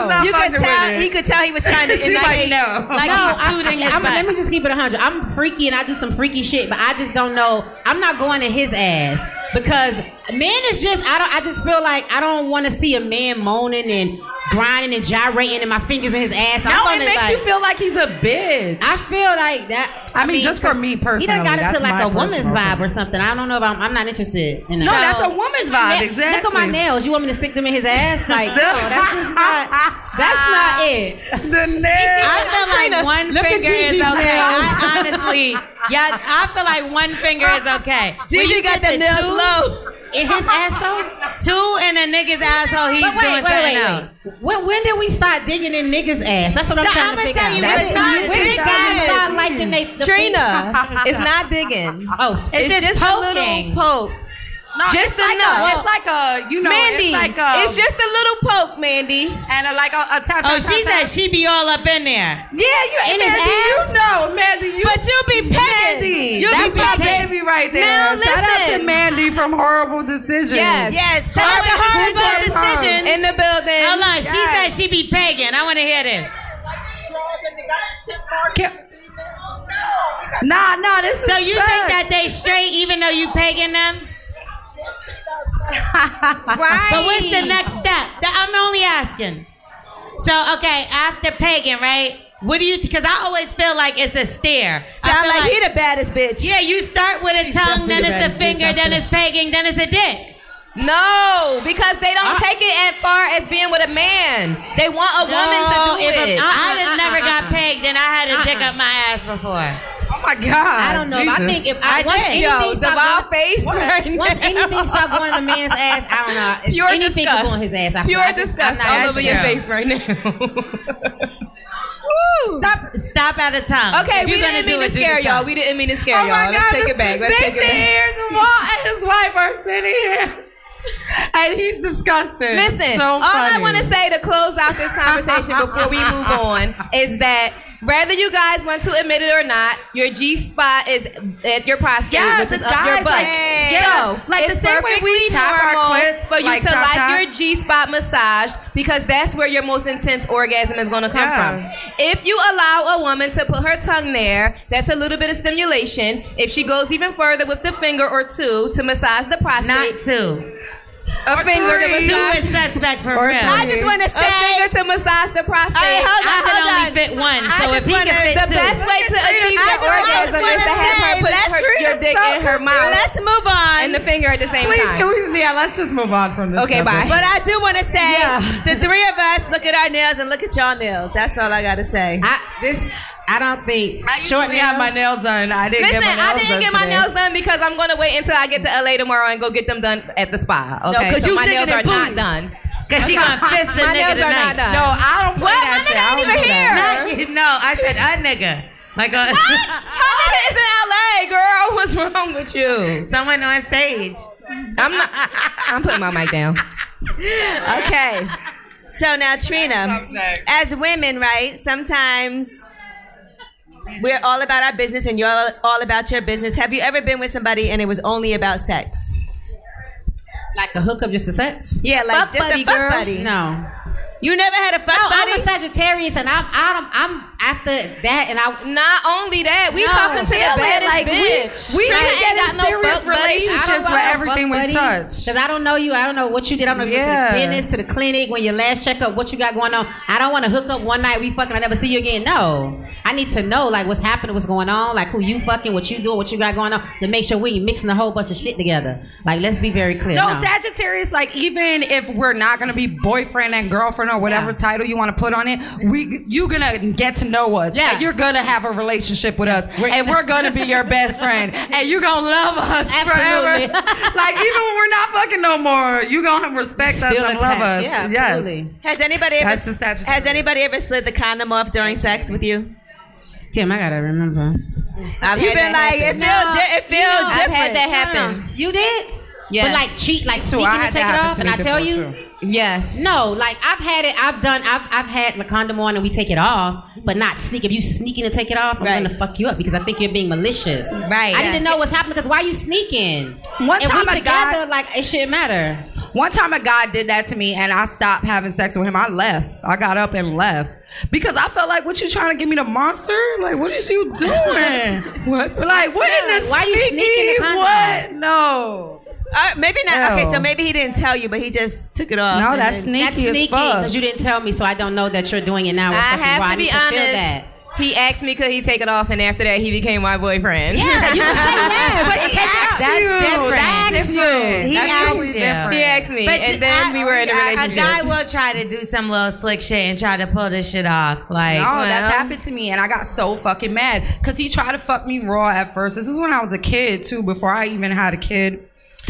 S1: guy? You could
S3: She's not fucking
S1: tell.
S3: with it.
S1: You could tell he was trying to.
S3: She like,
S1: initiate-
S3: no.
S1: Like
S10: no,
S1: he's tooting
S10: I,
S1: his
S10: I'm,
S1: butt.
S10: let me just keep it 100. I'm freaky and I do some freaky shit, but I just don't know. I'm not going to his ass because men is just I don't. I just feel like I don't want to see a man moaning and grinding and gyrating and my fingers in his ass.
S6: No, it makes you feel like he's a bitch.
S10: I feel like that.
S6: I mean, just for me
S10: he done
S6: personally,
S10: got into
S6: that's
S10: like
S6: my
S10: a woman's
S6: personal
S10: vibe or something. I don't know if I'm. I'm not interested. In that.
S6: No, that's a woman's vibe,
S10: Look- Look at my
S6: exactly.
S10: nails. You want me to stick them in his ass? Like, no, that's just not. That's not it.
S6: The nails.
S2: I feel like one
S10: Look at
S2: finger is okay.
S10: Gigi's nails.
S2: I honestly, yeah, I feel like one finger is okay.
S10: Gigi
S2: When you
S10: got
S2: get
S10: the nails
S2: two
S10: in his asshole.
S2: Two in a nigga's asshole. He's
S10: But wait,
S2: doing
S10: wait,
S2: something
S10: wait,
S2: else.
S10: wait. When, when did we start digging in niggas' ass? That's what I'm
S2: No,
S10: trying
S2: I'ma
S10: to figure
S2: tell
S10: out.
S2: you
S10: That's
S2: it's not
S10: when did
S2: digging.
S10: guys start liking they the
S3: Trina,
S10: fingers?
S3: it's not digging.
S10: Oh,
S3: it's, just, a little poke. just
S6: it's like
S3: enough.
S6: A, it's like a you know,
S3: Mandy,
S6: it's like a.
S3: it's just a little poke, Mandy.
S6: and a, like a, a tap.
S2: Oh,
S6: tap,
S2: she
S6: tap,
S2: said
S6: tap.
S2: she be all up in there.
S6: Yeah, you
S3: In his
S6: Mandy,
S3: ass?
S6: you know, Mandy, you.
S1: But you be picking.
S6: Mandy,
S1: You
S6: that's
S1: be
S6: my
S1: picking.
S6: baby right there.
S3: Now
S6: Shout out to
S3: listen.
S6: Mandy from Horrible Decisions.
S3: Yes.
S1: Yes, shout out to horrible decisions.
S3: in the building.
S2: Hold on, she
S1: Yes.
S2: said she be pegging. I want to hear this.
S6: Nah, nah, this is
S2: So you
S6: sus.
S2: think that they straight even though you pegging them?
S1: Right.
S2: But what's the next step? Th- I'm only asking. So okay, after pegging, right? What do you? Because I always feel like it's a stare.
S1: Sound
S2: feel
S1: like, he the baddest bitch.
S2: Yeah, you start with a tongue, then
S1: definitely
S2: it's a
S1: the baddest bitch
S2: finger,
S1: out
S2: then
S1: there.
S2: it's pegging, then it's a dick.
S3: No, because they don't take it as far as being with a man. They want a woman to do
S2: if I'm-
S3: it.
S6: Uh-uh,
S2: I done never got
S3: paid.
S2: pegged, and I had a dick up my ass before.
S6: Oh my God. I
S10: don't know. I think if I,
S2: I
S10: once
S2: did.
S10: anything
S3: Yo, the
S10: start
S3: wild
S10: going-
S3: face right
S10: Once
S3: now.
S10: anything start going in a man's ass, I don't know. It's-
S3: Pure
S10: anything can go
S3: disgust.
S10: in his ass. I feel. I
S3: Pure
S10: just- I'm
S3: disgust
S10: not
S3: all over your
S10: sure.
S3: face right now.
S2: Stop, stop at a tongue.
S3: Okay,
S2: If
S3: we
S2: you're gonna
S3: didn't
S2: do
S3: mean to
S2: it, do the
S3: scare y'all.
S2: tongue.
S3: We didn't mean to scare y'all. Let's take it back. Let's
S6: they
S3: take it back.
S6: Here, the wall and his wife are sitting here, and he's disgusting.
S3: Listen,
S6: so
S3: all I
S6: funny.
S3: want to say to close out this conversation before we move on is that whether you guys want to admit it or not, your G spot is at your prostate,
S6: Yeah,
S3: which
S6: the
S3: is up your
S6: guys,
S3: butt.
S6: like, yeah,
S3: So
S6: like the
S3: it's
S6: same way
S3: perfectly
S6: we tap our
S3: normal
S6: clits,
S3: for you
S6: like
S3: to
S6: tap,
S3: like
S6: tap.
S3: your G spot massaged because that's where your most intense orgasm is going to come
S6: Yeah.
S3: from. If you allow a woman to put her tongue there, that's a little bit of stimulation. If she goes even further with the finger or two to massage the prostate,
S2: Not two.
S3: a finger to
S6: three.
S2: Two
S3: massage
S2: is suspect for
S3: Or
S2: real.
S3: three.
S1: I just want to
S3: a finger
S1: say.
S3: to massage the prostate.
S1: All right, hold on,
S2: I can
S1: hold
S2: only
S1: on.
S2: fit one,
S1: I
S2: so if
S1: just
S2: he
S1: wanna-
S2: can fit
S3: the
S2: two.
S3: best way to achieve
S1: I
S3: the
S1: just- I just
S3: orgasm is to
S1: wanna
S3: have her
S1: say,
S3: put
S1: let's
S3: her,
S1: read
S3: your
S1: it
S3: dick
S1: so-
S3: in her mouth
S1: Let's move on.
S3: and the finger at the same
S6: Please,
S3: time.
S6: can we, yeah, let's just move on from this.
S3: Okay, bye.
S6: subject.
S1: But I do want to say the three of us look at our nails and look at y'all nails. That's all I gotta say.
S10: I this. I don't think.
S6: I shortly have my nails done. I didn't
S3: Listen,
S6: get my nails
S3: I didn't
S6: done
S3: get my
S6: today.
S3: nails done because I'm gonna wait until I get to LA tomorrow and go get them done at the spa. Okay,
S1: 'cause
S3: so
S1: you
S3: my
S1: digging
S3: nails
S1: in
S3: are
S1: booty.
S3: not done.
S2: Cause she gonna fist the
S3: My
S2: nigga
S3: nails are
S2: tonight.
S3: not done.
S6: No, I don't. play
S3: What?
S6: that
S3: My
S6: shit.
S3: nigga
S6: I
S3: ain't
S6: don't
S3: even
S6: do that.
S3: here.
S2: no, I said a nigga. Like a,
S3: My nigga is in LA, girl. What's wrong with you?
S2: someone on stage.
S3: I'm not. I'm putting my mic down.
S1: Okay. So now Trina, as women, right? Sometimes we're all about our business and you're all- all about your business. Have you ever been with somebody and it was only about sex?
S10: Like a hookup just for sex?
S1: Yeah, like
S3: Fuck
S1: just
S3: buddy,
S1: a fuck
S3: girl.
S1: buddy.
S10: No.
S1: You never had a fuck
S10: No,
S1: buddy?
S10: I'm a Sagittarius, and I'm I'm, I'm after that, and I
S3: Not only that, we
S10: No,
S3: talking to the
S10: feel it,
S3: baddest
S10: like, we-
S3: bitch.
S6: we
S3: Trina
S6: really
S3: ain't
S6: get
S3: got
S6: in
S3: no
S6: serious
S3: butt buddy. I don't
S6: relationships
S3: want
S6: with
S3: no
S6: everything we touch.
S10: Because I don't know you. I don't know what you did. I don't know if you went to
S6: Yeah.
S10: the dentist, to the clinic, when your last checkup, what you got going on. I don't want to hook up one night, we fucking, I never see you again. No. I need to know, like, what's happening, what's going on, like, who you fucking, what you doing, what you got going on, to make sure we ain't mixing a whole bunch of shit together. Like, let's be very clear.
S6: No, Sagittarius, like even if we're not gonna be boyfriend and girlfriend or whatever title you want to put on it, we you're gonna get to know us.
S10: Yeah.
S6: Like, you're gonna have a relationship with us, and we're gonna be your best friend, and you're gonna love us
S10: Absolutely.
S6: forever. like even when we're not fucking no more, you gonna respect us
S10: Still
S6: and love
S10: attached.
S6: us.
S10: Yeah,
S6: Yes.
S10: absolutely.
S1: has anybody ever
S6: That's the Sagittarius.
S1: has anybody ever slid the condom off during sex with you?
S10: Damn, I gotta remember.
S3: I've
S1: you
S3: had
S1: been
S3: that
S1: like,
S3: happen.
S1: it feel, di- it feel
S3: You know,
S1: different.
S3: I've had that happen.
S10: oh, You did?
S3: Yes.
S10: But like cheat, like
S3: So
S10: sneaking
S3: I
S10: to
S3: had
S10: take
S3: that
S10: it
S3: happen
S10: off,
S3: to
S10: and
S3: me
S10: I tell
S3: before,
S10: you,
S3: too. Yes.
S10: No, like I've had it. I've done. I've I've had like condom on and we take it off, but not sneak. If you sneaking to take it off, I'm gonna fuck you up because I think you're being malicious. Right. I need
S6: Yes.
S10: to know what's happening because why you sneaking?
S6: One
S10: and
S6: time
S10: we
S6: a guy-
S10: together, like it shouldn't matter.
S6: One time a guy did that to me and I stopped having sex with him. I left. I got up and left. Because I felt like, what you trying to give me the monster? Like, what is you doing? what? Like, what in the
S1: Why you
S6: sneaky?
S1: sneaking the
S6: What?
S1: condom
S6: No.
S1: Uh, maybe not. Okay, so
S10: Ew.
S1: maybe he didn't tell you, but he just took it off.
S10: And
S1: and
S10: then-
S1: then-
S10: That's sneaky because you didn't tell me, so I don't know that you're doing it now.
S6: Ah.
S3: I have to be honest.
S10: That.
S3: He asked me could he take it off, and after that he became my boyfriend.
S10: Yeah, you can say yes.
S3: but he asked
S10: That's
S3: you.
S10: different.
S3: That's different.
S2: He
S3: That's
S2: asked
S3: totally
S2: you.
S3: different. He asked me,
S2: But
S3: and then
S2: I-
S3: we were in a
S2: I- A
S3: relationship.
S2: guy will try to do some little slick shit and try to pull this shit off. Like,
S6: no,
S2: well,
S6: Oh, that's happened to me, and I got so fucking mad because he tried to fuck me raw at first. This is when I was a kid too, before I even had a kid.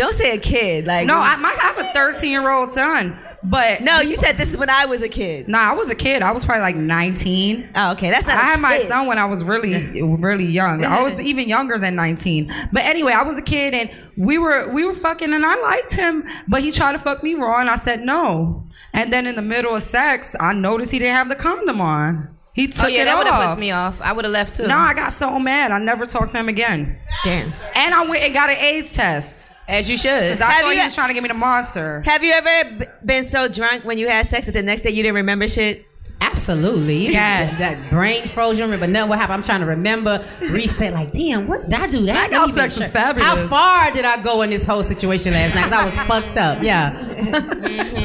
S1: Don't say a kid, like
S6: no, I, my, I have a thirteen year old son, but
S1: No, you said this is when I was a kid.
S6: No, I was a kid. I was probably like nineteen.
S1: Oh, okay, that's not
S6: I
S1: a
S6: had my
S1: kid.
S6: son when I was really, really young. I was even younger than nineteen. But anyway, I was a kid, and we were we were fucking, and I liked him, but he tried to fuck me raw, and I said no. And then in the middle of sex, I noticed he didn't have the condom on. He took
S3: oh yeah,
S6: it
S3: that
S6: off.
S3: would have pissed me off. I would have left too.
S6: No, I got so mad. I never talked to him again.
S1: Damn.
S6: And I went and got an AIDS test.
S3: As you should.
S6: Because I
S1: Have
S6: thought
S1: you-
S6: he was trying to give me the monster.
S1: Have you ever b- been so drunk when you had sex that the next day you didn't remember shit?
S10: Absolutely. Yes. That, that brain froze. You don't remember nothing what happened. I'm trying to remember, reset. Like, damn, what did I do that?
S6: Blackout
S10: Let me make
S6: sex was
S10: sure.
S6: fabulous.
S10: How far did I go in this whole situation last night? 'Cause I was fucked up. Yeah.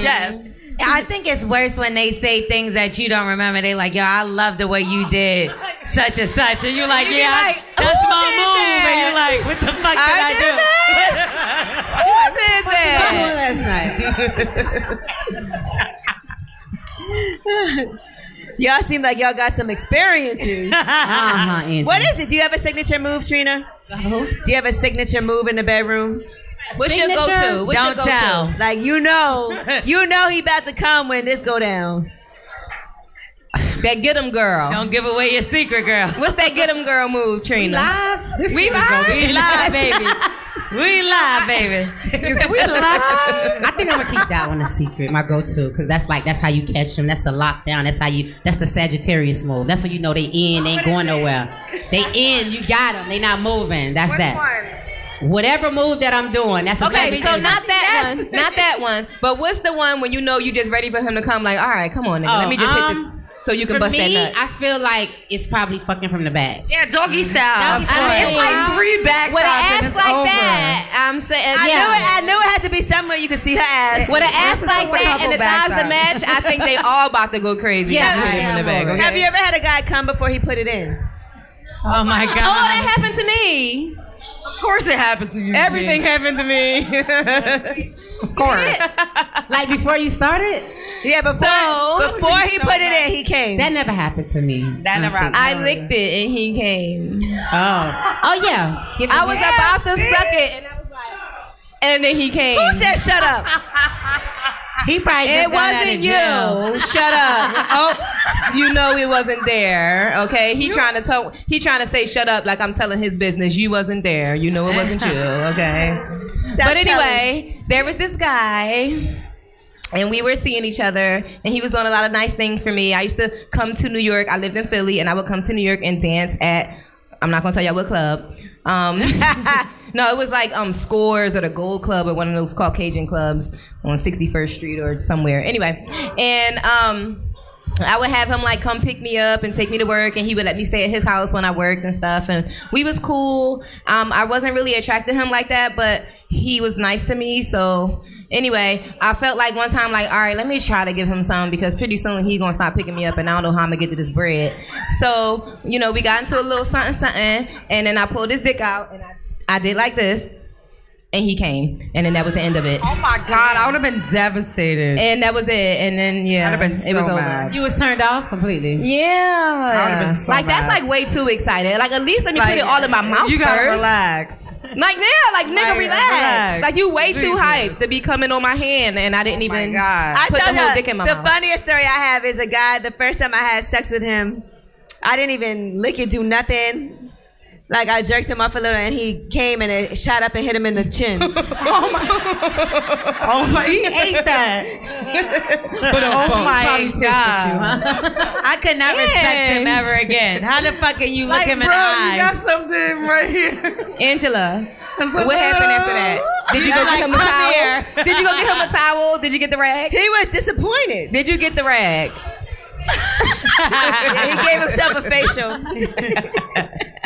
S2: yes. I think it's worse when they say things that you don't remember. They like, yo, I love the way you did such and such, and you're like,
S9: You be
S2: yeah,
S9: like,
S2: that's
S9: "Who
S2: my
S9: did
S2: move, and
S9: that?
S2: you're like, what the fuck did
S9: I
S2: I,
S9: did
S2: do?
S9: Who
S2: did that?
S1: Y'all seem like y'all got some experiences.
S10: Uh-huh, Angie.
S1: what is it? Do you have a signature move, Trina? Do you have a signature move in the bedroom?
S3: What's your Signature? go-to? What's your
S1: Don't
S3: go-to?
S1: tell. Like you know, you know he about to come when this go down.
S3: That get him girl.
S2: Don't give away your secret, girl.
S3: What's that get him girl move, Trina?
S2: live?
S3: This
S2: We
S3: shit is
S2: live?
S3: gonna be
S2: We live, baby. We live, baby.
S10: we I think I'm gonna keep that one a secret. My go-to, because that's like that's how you catch them. That's the lockdown. That's how you. That's the Sagittarius move. That's when you know they in. They ain't going nowhere. They in. You got them. They not moving. That's that. Whatever move that I'm doing, that's a
S3: Okay, so
S10: Sagittarius.
S3: not that one, not that one. But what's the one when you know you just ready for him to come? Like, all right, come on, nigga, let
S10: Oh,
S3: me just hit
S10: um,
S3: this, so you can
S10: for
S3: bust
S10: me,
S3: that nut.
S10: I feel like it's probably fucking from the back.
S6: Yeah, doggy
S3: style.
S10: Doggy
S3: Um, I mean, it's
S10: style.
S3: like three back
S10: With an
S3: shots and
S10: ass
S3: it's
S10: like
S3: over.
S10: that,
S3: I'm saying,
S1: I
S3: yeah.
S1: knew it. I knew it had to be somewhere you could see her ass.
S3: With an ass like that and the thighs to match, I think they all about to go crazy.
S1: Yeah,
S3: Put him in the bag, okay?
S1: Have you ever had a guy come before he put it in?
S2: Oh my god!
S3: Oh, that happened to me. Of
S6: course, it happened to you.
S3: Everything
S10: Jean.
S3: happened to me.
S10: of course. like before you started.
S1: Yeah,
S3: before- So- before he put it in, he
S1: came.
S10: That never happened to me.
S3: That
S10: I
S3: never
S10: don't think-
S3: happened. Mm-hmm. I licked it and he came.
S10: Oh. Oh yeah. Give me
S3: I was
S10: that.
S3: about to suck it and I was like, and then he came. Who
S1: said shut up?
S2: He probably
S3: It
S2: just got out of
S3: wasn't
S2: jail.
S3: you. Shut up. oh, you know it wasn't there. Okay, he trying to tell. He trying to say shut up like I'm telling his business. You wasn't there. You know it wasn't you. Okay.
S9: Stop
S3: but anyway, there was this guy. And we were seeing each other, and he was doing a lot of nice things for me. I used to come to New York. I lived in Philly, and I would come to New York and dance at. I'm not gonna tell y'all what club. Um, no, it was like um, Scores or the Gold Club or one of those Caucasian clubs on 61st Street or somewhere. Anyway, and um, I would have him like come pick me up and take me to work, and he would let me stay at his house when I worked and stuff. And we was cool. Um, I wasn't really attracted to him like that, but he was nice to me. So anyway, I felt like one time, like, all right, let me try to give him some because pretty soon he gonna stop picking me up, and I don't know how I'm gonna get to this bread. So you know, we got into a little something, something, and then I pulled his dick out and I, I did like this, and he came, and then that was the end of it.
S6: Oh my God, I would have been devastated.
S3: And that was it. And then yeah,
S6: I'd have been
S3: it was
S6: so
S3: over.
S6: mad.
S10: You was turned off completely.
S3: Yeah.
S6: I would've been so
S3: like that's
S6: mad.
S3: like way too excited. Like at least let me put
S6: Like,
S3: it all in my mouth.
S6: you gotta
S3: first.
S6: relax.
S3: Like yeah, like nigga, relax.
S6: Like, relax.
S3: Like you way too
S6: Jesus. Oh
S3: hyped to be coming on my hand, and I didn't even
S1: I
S3: put
S1: tell
S3: the whole
S1: you,
S3: dick in my
S1: the
S3: mouth.
S1: funniest story I have is a guy. The first time I had sex with him, I didn't even lick it, do nothing. Like I jerked him off a little, and he came and it shot up and hit him in the chin. oh my!
S4: Oh my! He ate that.
S2: But
S4: oh my
S2: God. I could not respect him
S3: Yes.
S2: ever again. How the fuck can you look
S3: Like,
S2: him in
S3: bro,
S2: the
S3: you
S2: eyes?
S3: got
S4: something right here.
S3: Angela, what happened after that? Did you go
S2: Like,
S3: get him a
S2: come
S3: towel? Did you go get him a towel? Did you get the rag?
S1: He was disappointed.
S3: Did you get the rag?
S1: he gave himself a facial.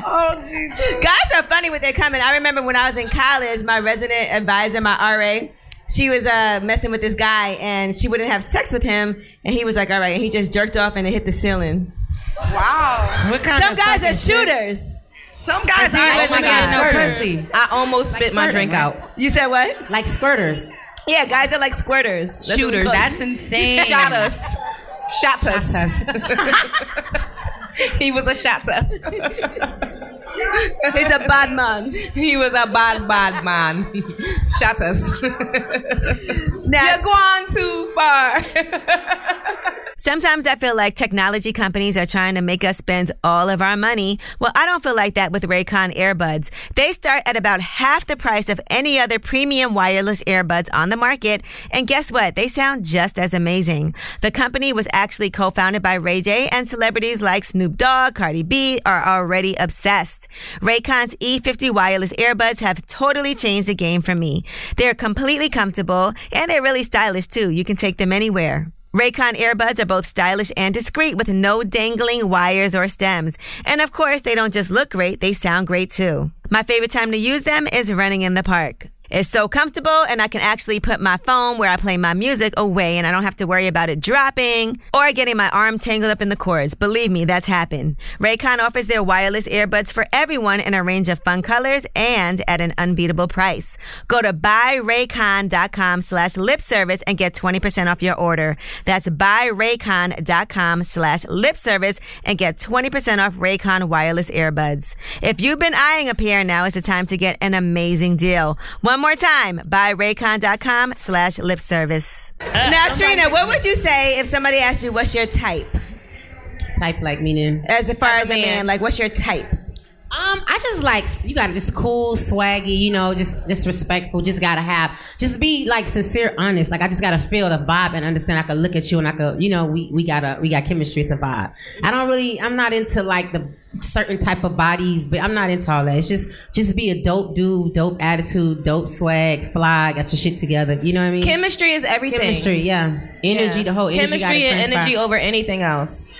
S4: oh Jesus!
S1: Guys are funny with their comment. I remember when I was in college, my resident advisor, my RA, she was uh, messing with this guy, and she wouldn't have sex with him, and he was like, "All right," and he just jerked off and it hit the ceiling.
S3: Wow.
S1: What kind Some of guys fucking are shit? shooters.
S3: Some
S1: guys are like
S3: Oh God.
S1: no pussy.
S3: I almost spit my drink out.
S1: You said what?
S10: Like squirters.
S1: Yeah, guys are like squirters. what we
S3: Shooters.
S1: call them.
S3: That's insane. Shot us. Shot us. he was a shotter.
S1: He's a bad man.
S3: He was a bad, bad man. Shot us.
S1: Now,
S3: You're going too far.
S1: Sometimes I feel like technology companies are trying to make us spend all of our money. Well, I don't feel like that with Raycon earbuds. They start at about half the price of any other premium wireless earbuds on the market. And guess what? They sound just as amazing. The company was actually co-founded by Ray J and celebrities like Snoop Dogg, Cardi B are already obsessed. Raycon's E50 wireless earbuds have totally changed the game for me. They're completely comfortable and they're really stylish too. You can take them anywhere. Raycon earbuds are both stylish and discreet with no dangling wires or stems. And of course, they don't just look great, they sound great too. My favorite time to use them is running in the park. It's so comfortable and I can actually put my phone where I play my music away and I don't have to worry about it dropping or getting my arm tangled up in the cords. Believe me, that's happened. Raycon offers their wireless earbuds for everyone in a range of fun colors and at an unbeatable price. Go to buyraycon.com slash lip service and get 20% off your order. That's buyraycon.com slash lip service and get 20% off Raycon wireless earbuds. If you've been eyeing a pair, now is the time to get an amazing deal. One more time, buyraycon.com slash lip service. now, Trina, what would you say if somebody asked you, what's your type?
S10: Type like meaning?
S1: As far as a man, like what's your type?
S10: Um, I just like you gotta just cool, swaggy, you know, just just respectful. Just gotta have, just be like sincere, honest. Like I just gotta feel the vibe and understand. I could look at you and I could, you know, we we gotta we got chemistry. It's a vibe. I don't really, I'm not into like the certain type of bodies, but I'm not into all that. It's just just be a dope dude, dope attitude, dope swag, fly, got your shit together. You know what I mean?
S3: Chemistry is everything.
S10: Chemistry, yeah, energy, the whole energy
S3: chemistry
S10: gotta
S3: and
S10: transpire.
S3: energy over anything else.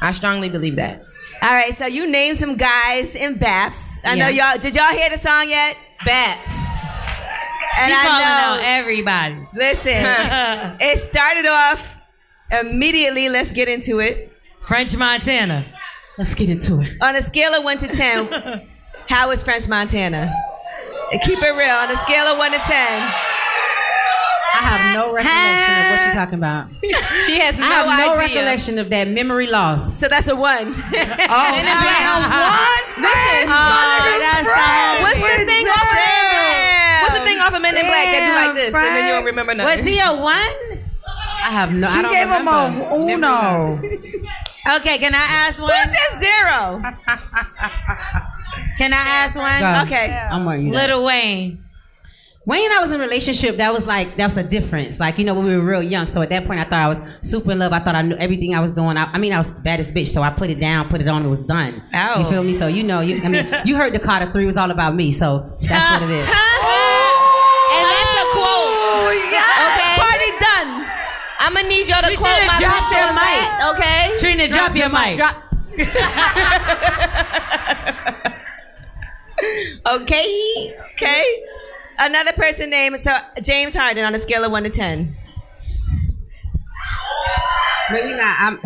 S3: I strongly believe that.
S1: All right, so you name some guys in BAPS. I know
S3: Yeah.
S1: y'all. Did y'all hear the song yet? BAPS.
S2: She
S1: And I
S2: calling
S1: know-
S2: out everybody.
S1: Listen, it started off immediately. Let's get into it.
S2: French Montana.
S10: Let's get into it.
S1: On a scale of one to ten, how is French Montana? Keep it real. On a scale of one to ten,
S10: I have no recollection of what you're talking about.
S3: She has
S10: I have
S3: no
S10: no
S3: idea.
S10: recollection of that memory loss.
S1: So that's a one. oh,
S3: Listen, what's the thing off of Men in Black? What's the thing off of Men in Black that do like this and then you don't remember nothing?
S2: Was he a one?
S10: I have no.
S2: She
S10: I don't
S2: gave him a
S10: remember.
S2: uno.
S10: Memory loss.
S2: Okay, can I ask one? Who
S1: said zero?
S2: can I ask one?
S10: Go.
S2: Okay.
S10: I'm on you.
S2: Little Wayne.
S10: Wayne and I was in a relationship that was like that was a difference. Like you know when we were real young, so at that point I thought I was super in love. I thought I knew everything I was doing. I, I mean I was the baddest bitch, so I put it down, put it on, it was done.
S2: Oh.
S12: Ow.
S10: You feel me? So you know, you, I mean, you heard the Carter Three was all about me, so that's what it is.
S3: And that's a quote. Okay.
S1: Oh, Party done.
S3: I'm gonna need y'all to
S2: You
S3: quote
S2: should've
S3: my
S2: dropped
S3: picture
S2: your
S3: on
S2: mic.
S3: that, okay?
S2: Trina, drop your mic.
S1: okay, okay. Another person named so James Harden on a scale of one to ten.
S10: Maybe not. I'm.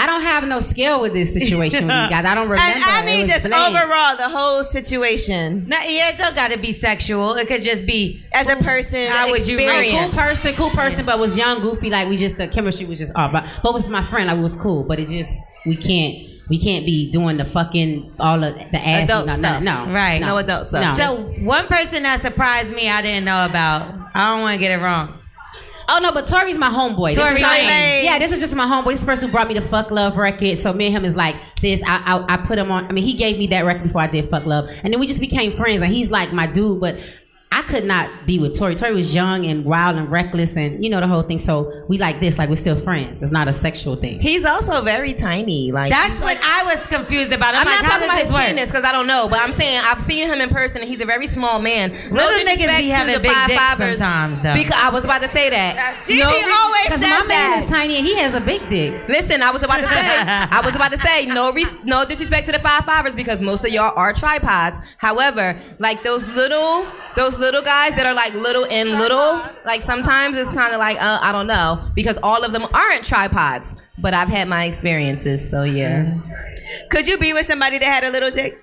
S10: I don't have no skill with this situation with these guys. I don't remember.
S1: And I
S10: It
S1: mean,
S10: was
S1: just
S10: blank.
S1: overall, the whole situation.
S2: Not, yeah, it don't got to be sexual. It could just be
S1: as a person.
S2: How would you
S10: Like, cool
S2: rate?
S10: person, cool person, but was young, goofy. Like we just the chemistry was just all. But but was my friend. Like we was cool, but it just we can't we can't be doing the fucking all of the ass
S2: Adult
S10: no,
S2: stuff.
S10: No, no,
S2: right?
S10: No, No.
S2: So one person that surprised me, I didn't know about. I don't want to get it wrong,
S10: Oh no, but Tori's my homeboy. This
S12: Tory
S10: is my-
S12: Lanez.
S10: yeah, this is just my homeboy. This is the person who brought me the Fuck Love record. So me and him is like this. I, I I put him on. I mean, he gave me that record before I did Fuck Love, and then we just became friends. And he's like my dude, but. I could not be with Tori. Tori was young and wild and reckless, and you know the whole thing. So we like this, like we're still friends. It's not a sexual thing.
S3: He's also very tiny. Like
S2: That's what I was confused about. I'm,
S3: I'm
S2: like,
S3: not
S2: how
S3: talking
S2: does
S3: about
S2: this
S3: his
S2: work?
S3: penis because I don't know, but I'm saying I've seen him in person and he's a very small man. no
S2: Little niggas be
S3: disrespect
S2: having
S3: to the
S2: big
S3: five
S2: dicks
S3: fivers
S2: sometimes, though.
S3: Because I was about to say that.
S2: She- she
S3: re-
S2: always says
S3: 'cause my
S2: that.
S3: man is tiny and he has a big dick. Listen, I was about to say, I was about to say, no, re- no disrespect to the five fivers because most of y'all are tripods. However, like those little, those little guys that are like little and little, like sometimes it's kind of like, uh, I don't know, because all of them aren't tripods. But I've had my experiences, so yeah.
S1: Could you be with somebody that had a little dick?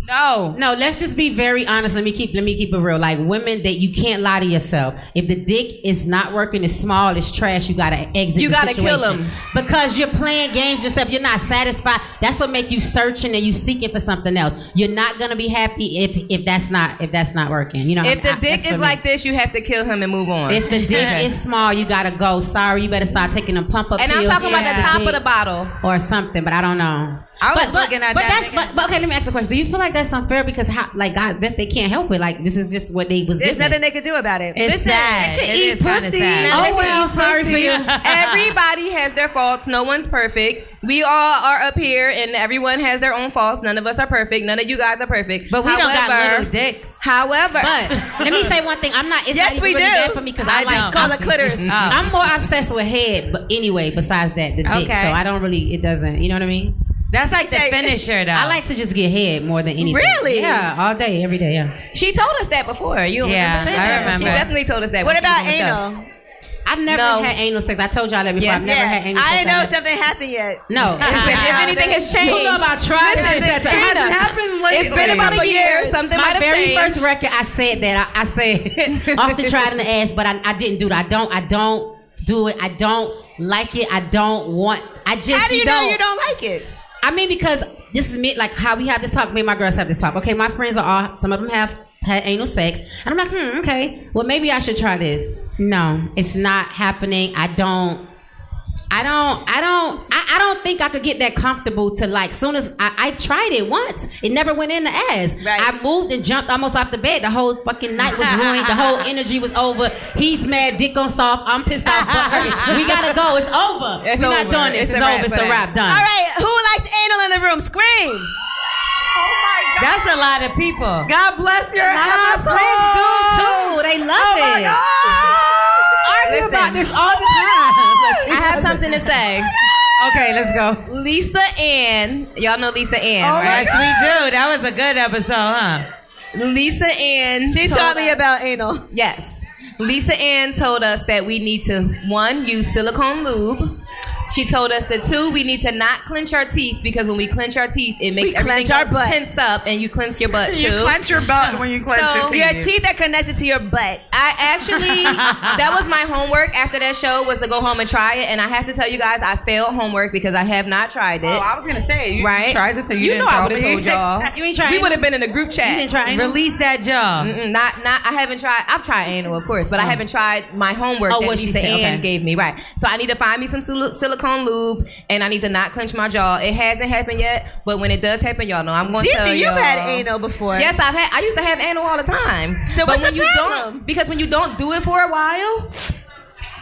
S10: No, no. Let's just be very honest. Let me keep. Let me keep it real. Like women, that you can't lie to yourself. If the dick is not working, it's small, it's trash. You gotta exit.
S3: You
S10: the
S3: gotta kill
S10: situation.
S3: him.
S10: because you're playing games yourself. You're not satisfied. That's what make you searching and you seeking for something else. You're not gonna be happy if if that's not if that's not working. You know.
S3: if the
S10: I- that's
S3: dick
S10: for
S3: is
S10: me.
S3: like this, you have to kill him and move on.
S10: If the dick is small, you gotta go. Sorry, you better start taking them pump up.
S3: And I'm
S10: pills
S3: talking about the top of the bottle.
S10: or something, but I don't know.
S3: I was
S10: but, but,
S3: looking at
S10: but
S3: that
S10: That's, but, but okay, let me ask a question. Do you feel like that's unfair because how, like guys, this they can't help it. Like this is just what they was.
S1: There's
S10: given.
S1: nothing they could do about it.
S10: It's Listen, sad. they could It eat is kinda pussy. sad. Oh,
S3: They can
S10: well,
S3: eat
S10: sorry for
S3: pussy.
S10: you.
S3: Everybody has their faults. No one's perfect. We all are up here, and everyone has their own faults. None of us are perfect. None of you guys are perfect.
S10: But we don't got little
S2: dicks.
S3: However,
S10: But let me say one thing. I'm not. It's
S3: Yes,
S10: not even
S3: we
S10: really
S3: do.
S10: bad for me because I,
S3: I
S10: like
S3: know. It's called a clitoris. Oh.
S10: I'm more obsessed with head, but anyway, besides that, the dick.
S2: Okay.
S10: So I don't really. It doesn't. You know what I mean?
S2: That's like the finisher, though.
S10: I like to just get head more than anything.
S2: Really?
S10: Yeah, all day, every day. Yeah.
S3: She told us that before. You don't
S10: Yeah,
S3: remember saying
S10: I
S3: that.
S10: remember.
S3: She definitely told us that.
S10: What
S3: when she
S10: about
S3: was on the show.
S10: anal? I've never
S3: No.
S10: had anal sex. I told y'all that before. I've never
S1: Yeah.
S10: had anal
S1: I
S10: sex.
S1: didn't know
S10: I've never-
S1: something happened yet.
S10: No, it's been-
S3: if anything has changed.
S10: You know about trying
S3: Listen,
S10: sex.
S3: it hasn't happened lately.
S10: It's been about a year. Something
S3: might
S10: My
S3: have
S10: very
S3: changed.
S10: first record, I said that. I, I said off the tried in the ass, but I, I didn't do it. I don't. I don't do it. I don't like it. I don't want. I just.
S1: How do you know you don't like it?
S10: I mean, because this is me, like how we have this talk. Me and my girls have this talk. Okay, my friends are all. Some of them have had anal sex, and I'm like, hmm, okay. Well, maybe I should try this. No, it's not happening. I don't. I don't, I don't, I, I don't think I could get that comfortable to like. Soon as I, I tried it once, it never went in the ass. I moved and jumped almost off the bed. The whole fucking night was ruined. the whole energy was over. He's mad, dick on soft. I'm pissed off. butt hurt. we gotta go. It's over.
S3: It's
S10: We're not
S3: over.
S10: doing this.
S3: It's
S10: It's,
S3: a wrap
S10: over. It's
S3: for
S10: a
S3: that.
S10: wrap. Done.
S1: All right, who likes anal in the room? Scream.
S2: That's a lot of people.
S3: God bless your
S10: My
S3: asshole.
S10: friends do too. They love
S3: Oh my
S10: it.
S3: God.
S10: Argue about
S3: Listen.
S10: this all the time.
S3: I have something to say.
S10: Okay, let's go.
S3: Lisa Ann, y'all know Lisa Ann,
S2: Oh
S3: right?
S2: yes, we do. That was a good episode, huh?
S3: Lisa Ann.
S2: She taught me
S1: about anal.
S3: Yes. Lisa Ann told us that we need to one use silicone lube. She told us that two, we need to not clench our teeth because when we clench our teeth, it makes
S1: We
S3: everything
S1: clench our
S3: else
S1: butt.
S3: tense up, and you clench your butt too.
S1: You clench your butt
S3: when you
S1: so your teeth are connected to your butt.
S3: I actually that was my homework after that show was to go home and try it and I have to tell you guys I failed homework because I have not tried it.
S4: Oh, I was gonna say, you
S3: right?
S4: tried this and you didn't
S3: know
S4: tell
S3: I would
S4: me.
S3: have told y'all.
S4: You ain't tried
S3: We
S4: it?
S3: would have been in a group chat.
S4: You didn't try it?
S2: Release that job.
S3: Mm-mm, not not I haven't tried I've tried anal of course, but I haven't tried my homework
S10: Oh,
S3: that
S10: what she
S3: Lisa
S10: said, okay.
S3: Ann gave me. Right. So I need to find me some sil- silicone lube and I need to not clench my jaw. It hasn't happened yet, but when it does happen, y'all know I'm going to
S1: Gigi,
S3: tell
S1: you've
S3: y'all.
S1: had anal before.
S3: Yes, I've had. I used to have anal all the time.
S1: So
S3: but
S1: what's
S3: when
S1: the
S3: you
S1: problem?
S3: don't, because when you don't do it for a while,
S1: It's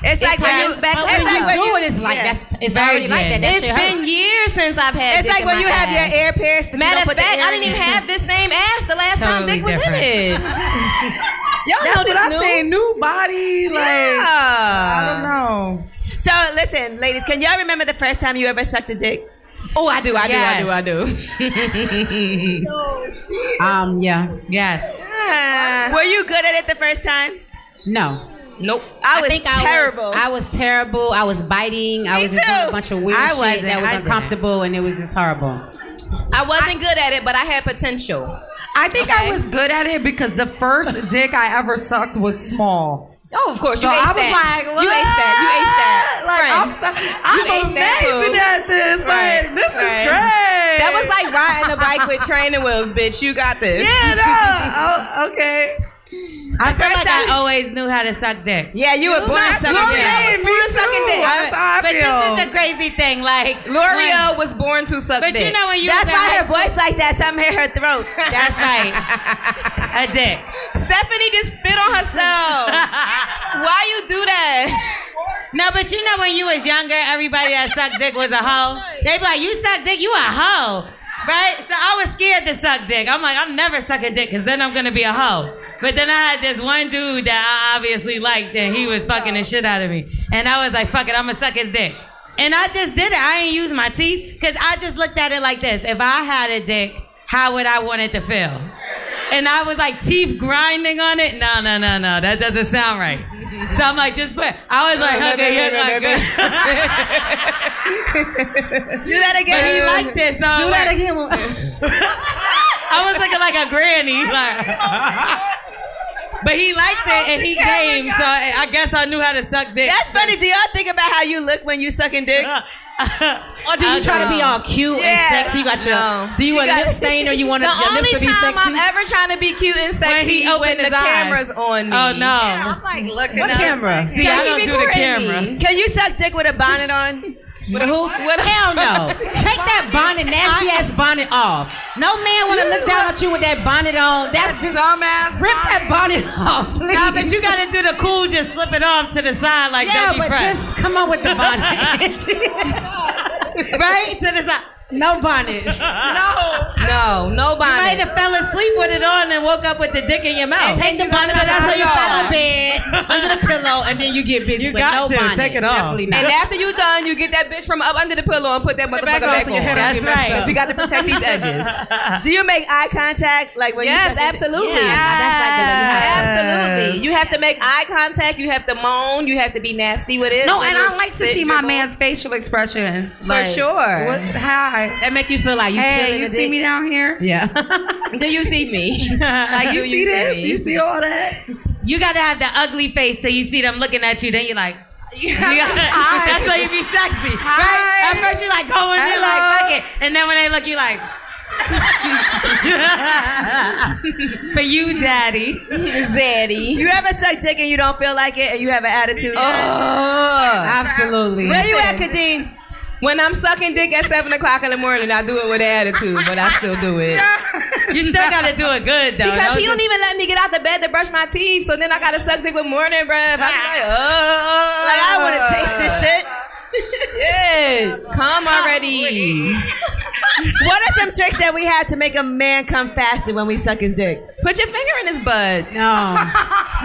S3: it
S1: like when
S3: turns
S1: you-
S3: back
S1: but
S3: up.
S1: when you do it,
S10: it's like that's- it's already like that. That
S3: It's
S10: shit
S3: been
S10: hurt.
S3: years since I've had.
S1: It's
S3: dick
S1: like
S3: in
S1: when
S3: my
S1: you have your
S3: ass.
S1: ear pierced, but you
S3: Matter
S1: don't
S3: of
S1: put the
S3: fact,
S1: ear
S3: I
S1: in.
S3: didn't even have this same ass the last time
S1: Totally
S3: dick was
S1: different.
S3: in it. Y'all
S4: That's
S3: know
S4: what I'm
S3: new.
S4: saying. New body, like
S1: Yeah.
S4: I don't know.
S1: So listen, ladies, can y'all remember the first time you ever sucked a dick?
S3: Oh, I do, I do, I do, I do.
S10: Um, yeah.
S2: Yes.
S1: Uh-huh. Were you good at it the first time?
S10: No.
S3: Nope.
S1: I was terrible.
S10: I was, I was terrible. I was biting. I
S1: Me
S10: was just doing
S1: too.
S10: a bunch of weird
S1: I
S10: shit
S1: wasn't.
S10: that was
S1: I didn't.
S10: uncomfortable, and it was just horrible.
S3: I wasn't good at it, but I had potential.
S6: I think I was good at it because the first dick I ever sucked was small.
S3: Oh, of course,
S6: So
S3: you aced
S6: I was
S3: that.
S6: like,
S3: you aced that. You aced that. Friend.
S6: Like, I'm, so, I'm
S3: you aced that
S6: amazing
S3: food.
S6: at this. Like,
S3: Right,
S6: this
S3: right.
S6: is great.
S3: That was like riding a bike with training wheels, bitch. You got this.
S6: Yeah, no. Oh, okay.
S2: I feel like I, always knew how to suck dick.
S1: Yeah, you were born
S2: to
S1: sucking dick.
S2: I was
S1: Me
S2: born to suck
S1: too.
S2: dick.
S1: That's how I
S2: but
S1: feel.
S2: this is the crazy thing. Like when-
S1: L'Oreal
S3: was born to suck
S2: But you
S1: dick.
S2: know when you was
S1: That's why
S2: at
S1: her voice like that. Something hit her throat.
S2: That's right. A dick.
S3: Stephanie just spit on herself. Why you do that?
S2: No, but you know when you was younger, everybody that sucked dick was a hoe. They be like, you suck dick, you a hoe. Right? So I was scared to suck dick. I'm like, I'm never sucking dick because then I'm going to be a hoe. But then I had this one dude that I obviously liked and he was fucking the shit out of me. And I was like, fuck it, I'm going to suck his dick. And I just did it. I ain't use my teeth because I just looked at it like this. If I had a dick, how would I want it to feel? And I was like teeth grinding on it. No, no, no, no. That doesn't sound right. So I'm like, just put. I was like,
S11: No, no,
S2: okay,
S11: no,
S2: you're
S11: no,
S2: not
S11: no,
S2: good. Do that again. But he liked it. So
S11: Do that
S2: again. I was looking like a granny. Like. But he liked it and he came, so I I guess I knew how to suck dick.
S1: Oh That's funny. Do y'all think about how you look when you sucking dick?
S10: Or do you try to be all cute
S1: Yeah.
S10: and sexy? You got your.
S1: No.
S10: Do you want
S1: You got-
S10: lip stain or you want
S3: the
S10: your lips
S3: only
S10: to be
S3: time
S10: sexy?
S3: I'm ever trying to be cute and sexy
S10: When he opened
S3: the
S10: his eyes.
S3: camera's on me.
S10: Oh, no.
S1: Yeah,
S3: I'm like looking.
S1: What camera?
S3: See, I don't do the camera.
S1: Can you suck dick with a bonnet on?
S10: With a who? With hell no. Take that bonnet, nasty ass bonnet off. No man want to look down at you with that bonnet on. That's just all man. Rip that bonnet off. Please.
S2: No, but you gotta do the cool, just slip it off to the side like
S10: Yeah,
S2: Dougie
S10: but
S2: Fresh.
S10: just come on with the
S2: bonnet. right? To the side.
S10: No bonnet.
S2: No.
S3: No, no bonnet.
S2: You might have fell asleep with it on and woke up with the dick in your mouth.
S10: Take the bonnet
S2: So
S10: off.
S2: that's
S10: That's
S2: how you
S10: side
S2: start.
S10: of bed, under the pillow, and then you get busy.
S2: You
S10: with
S2: got
S10: no
S2: to.
S10: bonnet.
S2: Take it off.
S10: Definitely not.
S3: And after you done, you get that bitch from up under the pillow and put that motherfucker
S10: back
S3: back
S10: on
S3: on.
S10: so your head don't get messed
S3: That's right.
S10: up.
S3: Because we got to protect these edges.
S1: Do you make eye contact like when
S3: yes,
S1: you suck dick?
S3: absolutely. absolutely. You have to make eye contact. You have to moan. You have to be nasty with it.
S6: No,
S3: with
S6: and
S3: your
S6: I like to
S3: spit
S6: see my
S3: dribble.
S6: man's facial expression.
S3: For sure.
S6: What, hi.
S10: That make you feel like
S3: you
S6: Hey,
S3: killing
S6: you
S3: the
S6: see
S3: dick.
S6: me down here?
S10: Yeah.
S3: do you see me?
S6: Like, you, see this? You see all that?
S2: You gotta have the ugly face so you see them looking at you, then you're like, you gotta-
S11: Hi.
S2: that's how you be sexy. Right?
S11: Hi.
S2: At first you're like
S1: "Oh,
S2: going in
S11: Hello.
S2: like fuck it. And then when they look you like For you, daddy.
S3: Zaddy.
S1: You ever suck dick and you don't feel like it and you have an attitude?
S2: Oh.
S10: absolutely.
S1: Where you at, Kadeen?
S3: When I'm sucking dick at seven o'clock in the morning, I do it with an attitude, but I still do it.
S2: You still gotta do it good though.
S3: Because he
S2: Those
S3: don't even let me get out the bed to brush my teeth, so then I gotta suck dick with morning breath. I'm like, oh,
S1: Like, I wanna taste this shit.
S3: Shit, come
S10: Ah,
S3: already.
S1: what are some tricks that we have to make a man come faster when we suck his dick?
S3: Put your finger in his butt.
S1: No.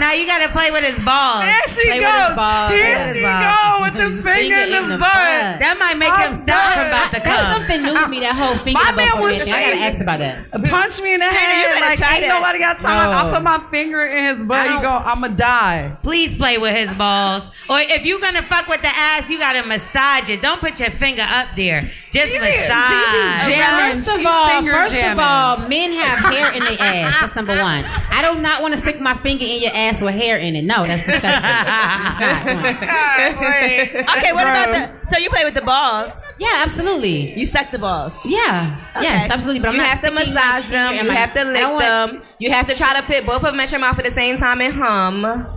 S2: now you gotta play with his balls.
S1: There she
S2: play
S1: goes.
S2: With his balls.
S1: Here
S2: Play with
S1: she
S2: his balls.
S1: go with the finger in the butt.
S2: That might make him stop from about to come.
S10: That's something new to me. That whole finger
S6: My
S10: butt
S6: man was
S10: formation. I gotta
S6: straight.
S10: ask about that.
S6: Punch me in the
S10: Trina, you
S6: head.
S10: better
S6: like,
S10: try
S6: ain't
S10: that.
S6: nobody got time.
S10: No.
S6: I'll put my finger in his butt. He go, I'ma die.
S2: Please play with his balls. Or if you're gonna fuck with the ass, you gotta massage it. Don't put your finger up there. Just massage.
S10: Gigi jamming. First of all, first of all, men have hair in their ass. That's number one. I do not want to stick my finger in your ass with hair in it. No, that's disgusting. it's not.
S1: okay, what about the? So you play with the balls?
S10: Yeah, absolutely.
S1: You suck the balls.
S10: Yeah. Yes, absolutely. But I'm
S3: you
S10: not
S3: have to
S10: sticking my
S3: massage
S10: finger
S3: them.
S10: in
S3: You
S10: my-
S3: have to lick
S10: I want-
S3: them. You have to try to fit both of them at your mouth at the same time and hum.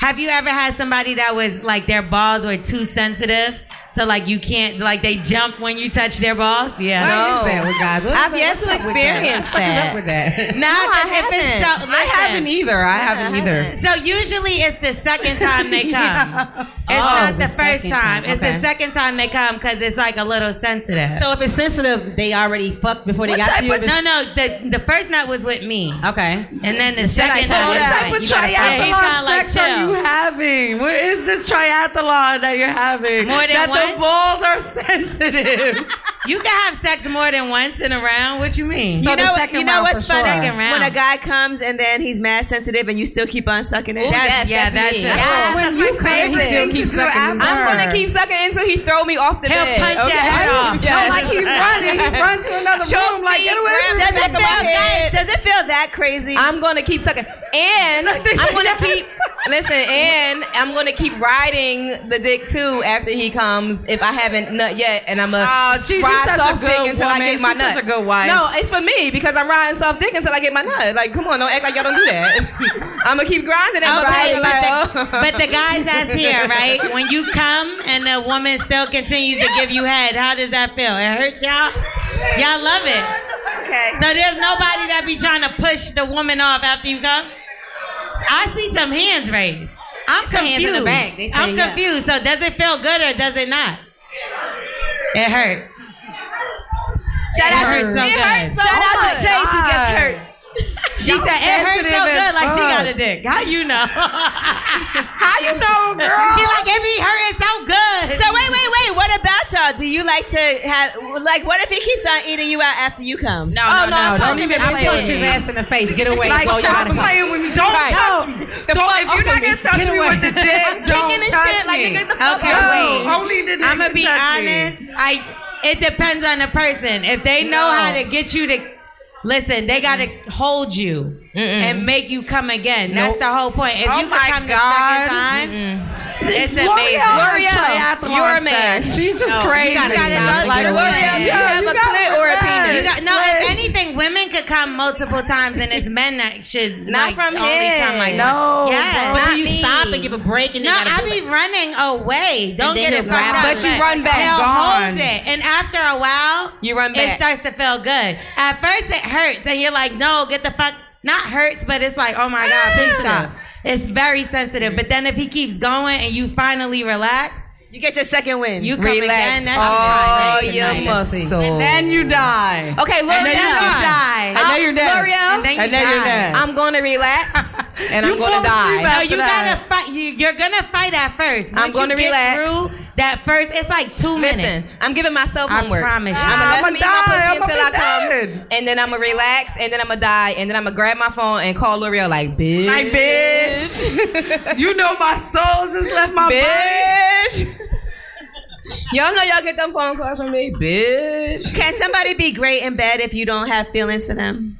S2: Have you ever had somebody that was like their balls were too sensitive? So like you can't like they jump when you touch their balls? Yeah.
S10: What is that with guys? What is
S3: I've
S10: that-
S3: yet
S10: what's
S3: to
S10: up with
S3: experience
S10: What is
S3: that.
S10: up with that?
S2: Nah, 'cause if it's so,
S4: I haven't either. I haven't either.
S2: So usually it's the second time they come. It's
S10: Oh,
S2: not
S10: it's
S2: the,
S10: the
S2: first
S10: second
S2: time.
S10: time.
S2: It's the
S10: Okay.
S2: second time they come because it's like a little sensitive.
S10: So if it's sensitive, they already fucked before they
S2: What
S10: got
S2: type
S10: to you.
S2: of- no, no. The the first night was with me.
S10: Okay.
S2: And then the second
S6: Like, so what
S2: night,
S6: type of
S2: you gotta- yeah, he's
S6: triathlon
S2: kinda like
S6: sex
S2: chill.
S6: are you having? What is this triathlon that you're having?
S2: More than
S6: that
S2: once?
S6: the balls are sensitive.
S2: You can have sex more than once in a round. What you mean?
S1: you know, what- you know what's funny?
S2: Second round.
S1: When a guy comes and then he's mad sensitive and you still keep on sucking it.
S2: Ooh, That's- yes, yeah, that's that's me. it. Yeah,
S1: when you come,
S3: he still keeps
S1: sucking
S3: I'm gonna keep sucking until he throw me off the
S1: He'll
S3: bed.
S1: punch your head off.
S3: Yes.
S1: No, like he running. He run to another
S3: Choke
S1: room, like,
S3: me,
S1: get away from
S3: grab
S1: me.
S3: me
S1: Does it
S3: by the
S1: feel-
S3: head.
S1: guys, does it feel that crazy?
S3: I'm gonna keep sucking, and I'm gonna keep Listen, and I'm gonna keep riding the dick too after he comes if I haven't nut yet, and I'm gonna
S4: Oh, she's- she's
S3: ride
S4: such a
S3: soft dick
S4: good
S3: until I
S4: woman.
S3: get my
S4: She's
S3: nut.
S4: such a good wife.
S3: No, it's for me because I'm riding soft dick until I get my nut. Like, come on, don't act like y'all don't do that. I'm gonna keep grinding and
S2: Okay,
S3: grinding,
S2: but the,
S3: like,
S2: but the guys that's here, right? When you come and the woman still continues to give you head, how does that feel? It hurts y'all? Y'all love it. Okay. So there's nobody that be trying to push the woman off after you come? I see some hands raised. I'm
S3: It's the
S2: confused.
S3: hands in the back. They
S2: I'm
S3: saying, yeah.
S2: confused. So does it feel good or does it not? It hurts. Shout out to
S3: It hurts so
S2: Shout out to
S3: much.
S2: Chase who gets
S3: Oh God.
S2: hurt. She
S3: Y'all
S2: said it hurts so
S3: sensitive as
S2: good, like she got a
S3: fuck.
S2: dick. How you know? How
S3: you know,
S1: girl?
S2: She like it be hurting so good.
S1: So wait, wait, wait. What about y'all? Do you like to have like? What if he keeps on eating you out after you come? No,
S3: Oh, no, no, I'm don't punching even him in the punch face. his ass
S1: in the face. Get
S3: away. Like, Go, you're stop outta here. playing with me. Don't touch me. The fuck
S1: if
S3: off
S1: you're not
S3: of me.
S1: gonna touch
S3: Get
S1: me
S3: away.
S1: with the dick,
S3: I'm kicking and
S2: Touch
S3: shit. Like,
S2: me.
S3: nigga, get the fuck
S2: okay,
S3: out.
S2: Wait.
S3: Only the
S2: I'm gonna
S3: nigga
S2: be
S3: touch me.
S2: honest. I it depends on the person. If they know
S3: No.
S2: how to get you to listen, they gotta hold you and make you come again. That's the whole point. If
S4: Oh
S2: you could
S4: my
S2: come
S4: God.
S2: the second time, it's
S4: L'Oreal
S2: amazing.
S4: has triathlon
S2: you're a man.
S4: sex. She's just crazy.
S2: You gotta
S4: You gotta
S2: love
S4: like
S2: your
S4: L'Oreal.
S2: woman.
S4: Yeah, You have you a gotta clit or a relax. penis.
S2: You got- no,
S4: Like-
S2: if anything, women could come multiple times, and it's men that should
S3: Not
S2: like,
S3: from
S2: only
S3: here.
S2: Come like
S3: No,
S2: yeah.
S3: bro, But do not you me. stop and
S12: give a break and
S2: no,
S12: then gotta
S2: I
S12: go
S2: be running away. Don't
S12: then
S2: get it
S12: he'll grab
S2: fucked up.
S12: it. But you run back.
S2: They'll
S12: Gone.
S2: hold it, and after a while,
S3: you run
S2: It
S3: back.
S2: starts to feel good. At first, it hurts, and you're like, "No, get the fuck." Not hurts, but it's like, "Oh my god,
S3: Ah.
S2: please stop." It's very sensitive. But then if he keeps going and you finally relax,
S1: you get your second win.
S2: You come again. That's
S3: all
S2: trying
S3: your muscles. And
S4: then you die.
S3: Okay, L'Oreal.
S4: And then you die. And then you're dead.
S3: L'Oreal.
S4: And then you And then you're die. dead.
S3: Oh, I'm going to relax and I'm
S2: You
S3: going
S2: fall
S3: to die.
S2: asleep after No, you that. gotta fight. You, you're gonna fight at first.
S3: I'm
S2: Once you
S3: going to
S2: get
S3: relax.
S2: through that first, it's like two
S3: Listen,
S2: minutes.
S3: I'm giving myself
S2: I
S3: homework.
S2: promise you.
S3: I'm gonna
S2: I'ma
S3: let me eat my
S2: die.
S3: pussy
S2: I'ma
S3: until
S2: be
S3: I come, and then I'm gonna relax, and then I'm gonna die, and then I'm gonna grab my phone and call L'Oreal like, bitch,
S4: Like,
S3: bitch. you know my soul just left
S4: my body.
S3: bitch. y'all know y'all get them phone calls from me, bitch.
S1: Can somebody be great in bed if you don't have feelings for them?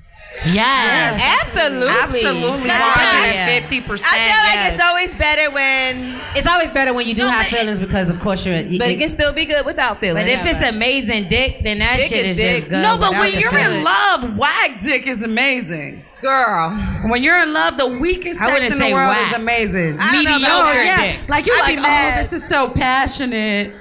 S2: Yes.
S3: Absolutely.
S1: Absolutely. I feel like it's always better when
S12: It's always better when you do have feelings because, of course, you're.
S3: But it can still be good without feeling.
S2: But if it's amazing dick, then that
S12: Dick
S2: shit
S12: is
S2: is,
S12: dick.
S2: just good.
S6: no, but
S2: without
S6: when
S2: the
S6: you're
S2: feeling.
S6: in love, whack dick is amazing.
S3: Girl,
S6: when you're in love, the weakest
S2: I
S6: sex
S2: wouldn't
S6: in the
S2: say
S6: world
S2: whack.
S6: is amazing.
S2: I don't know about
S6: Oh,
S2: whack
S6: yeah.
S2: dick.
S6: Like you're
S2: I'd be
S6: like, oh,
S2: mad.
S6: this is so passionate.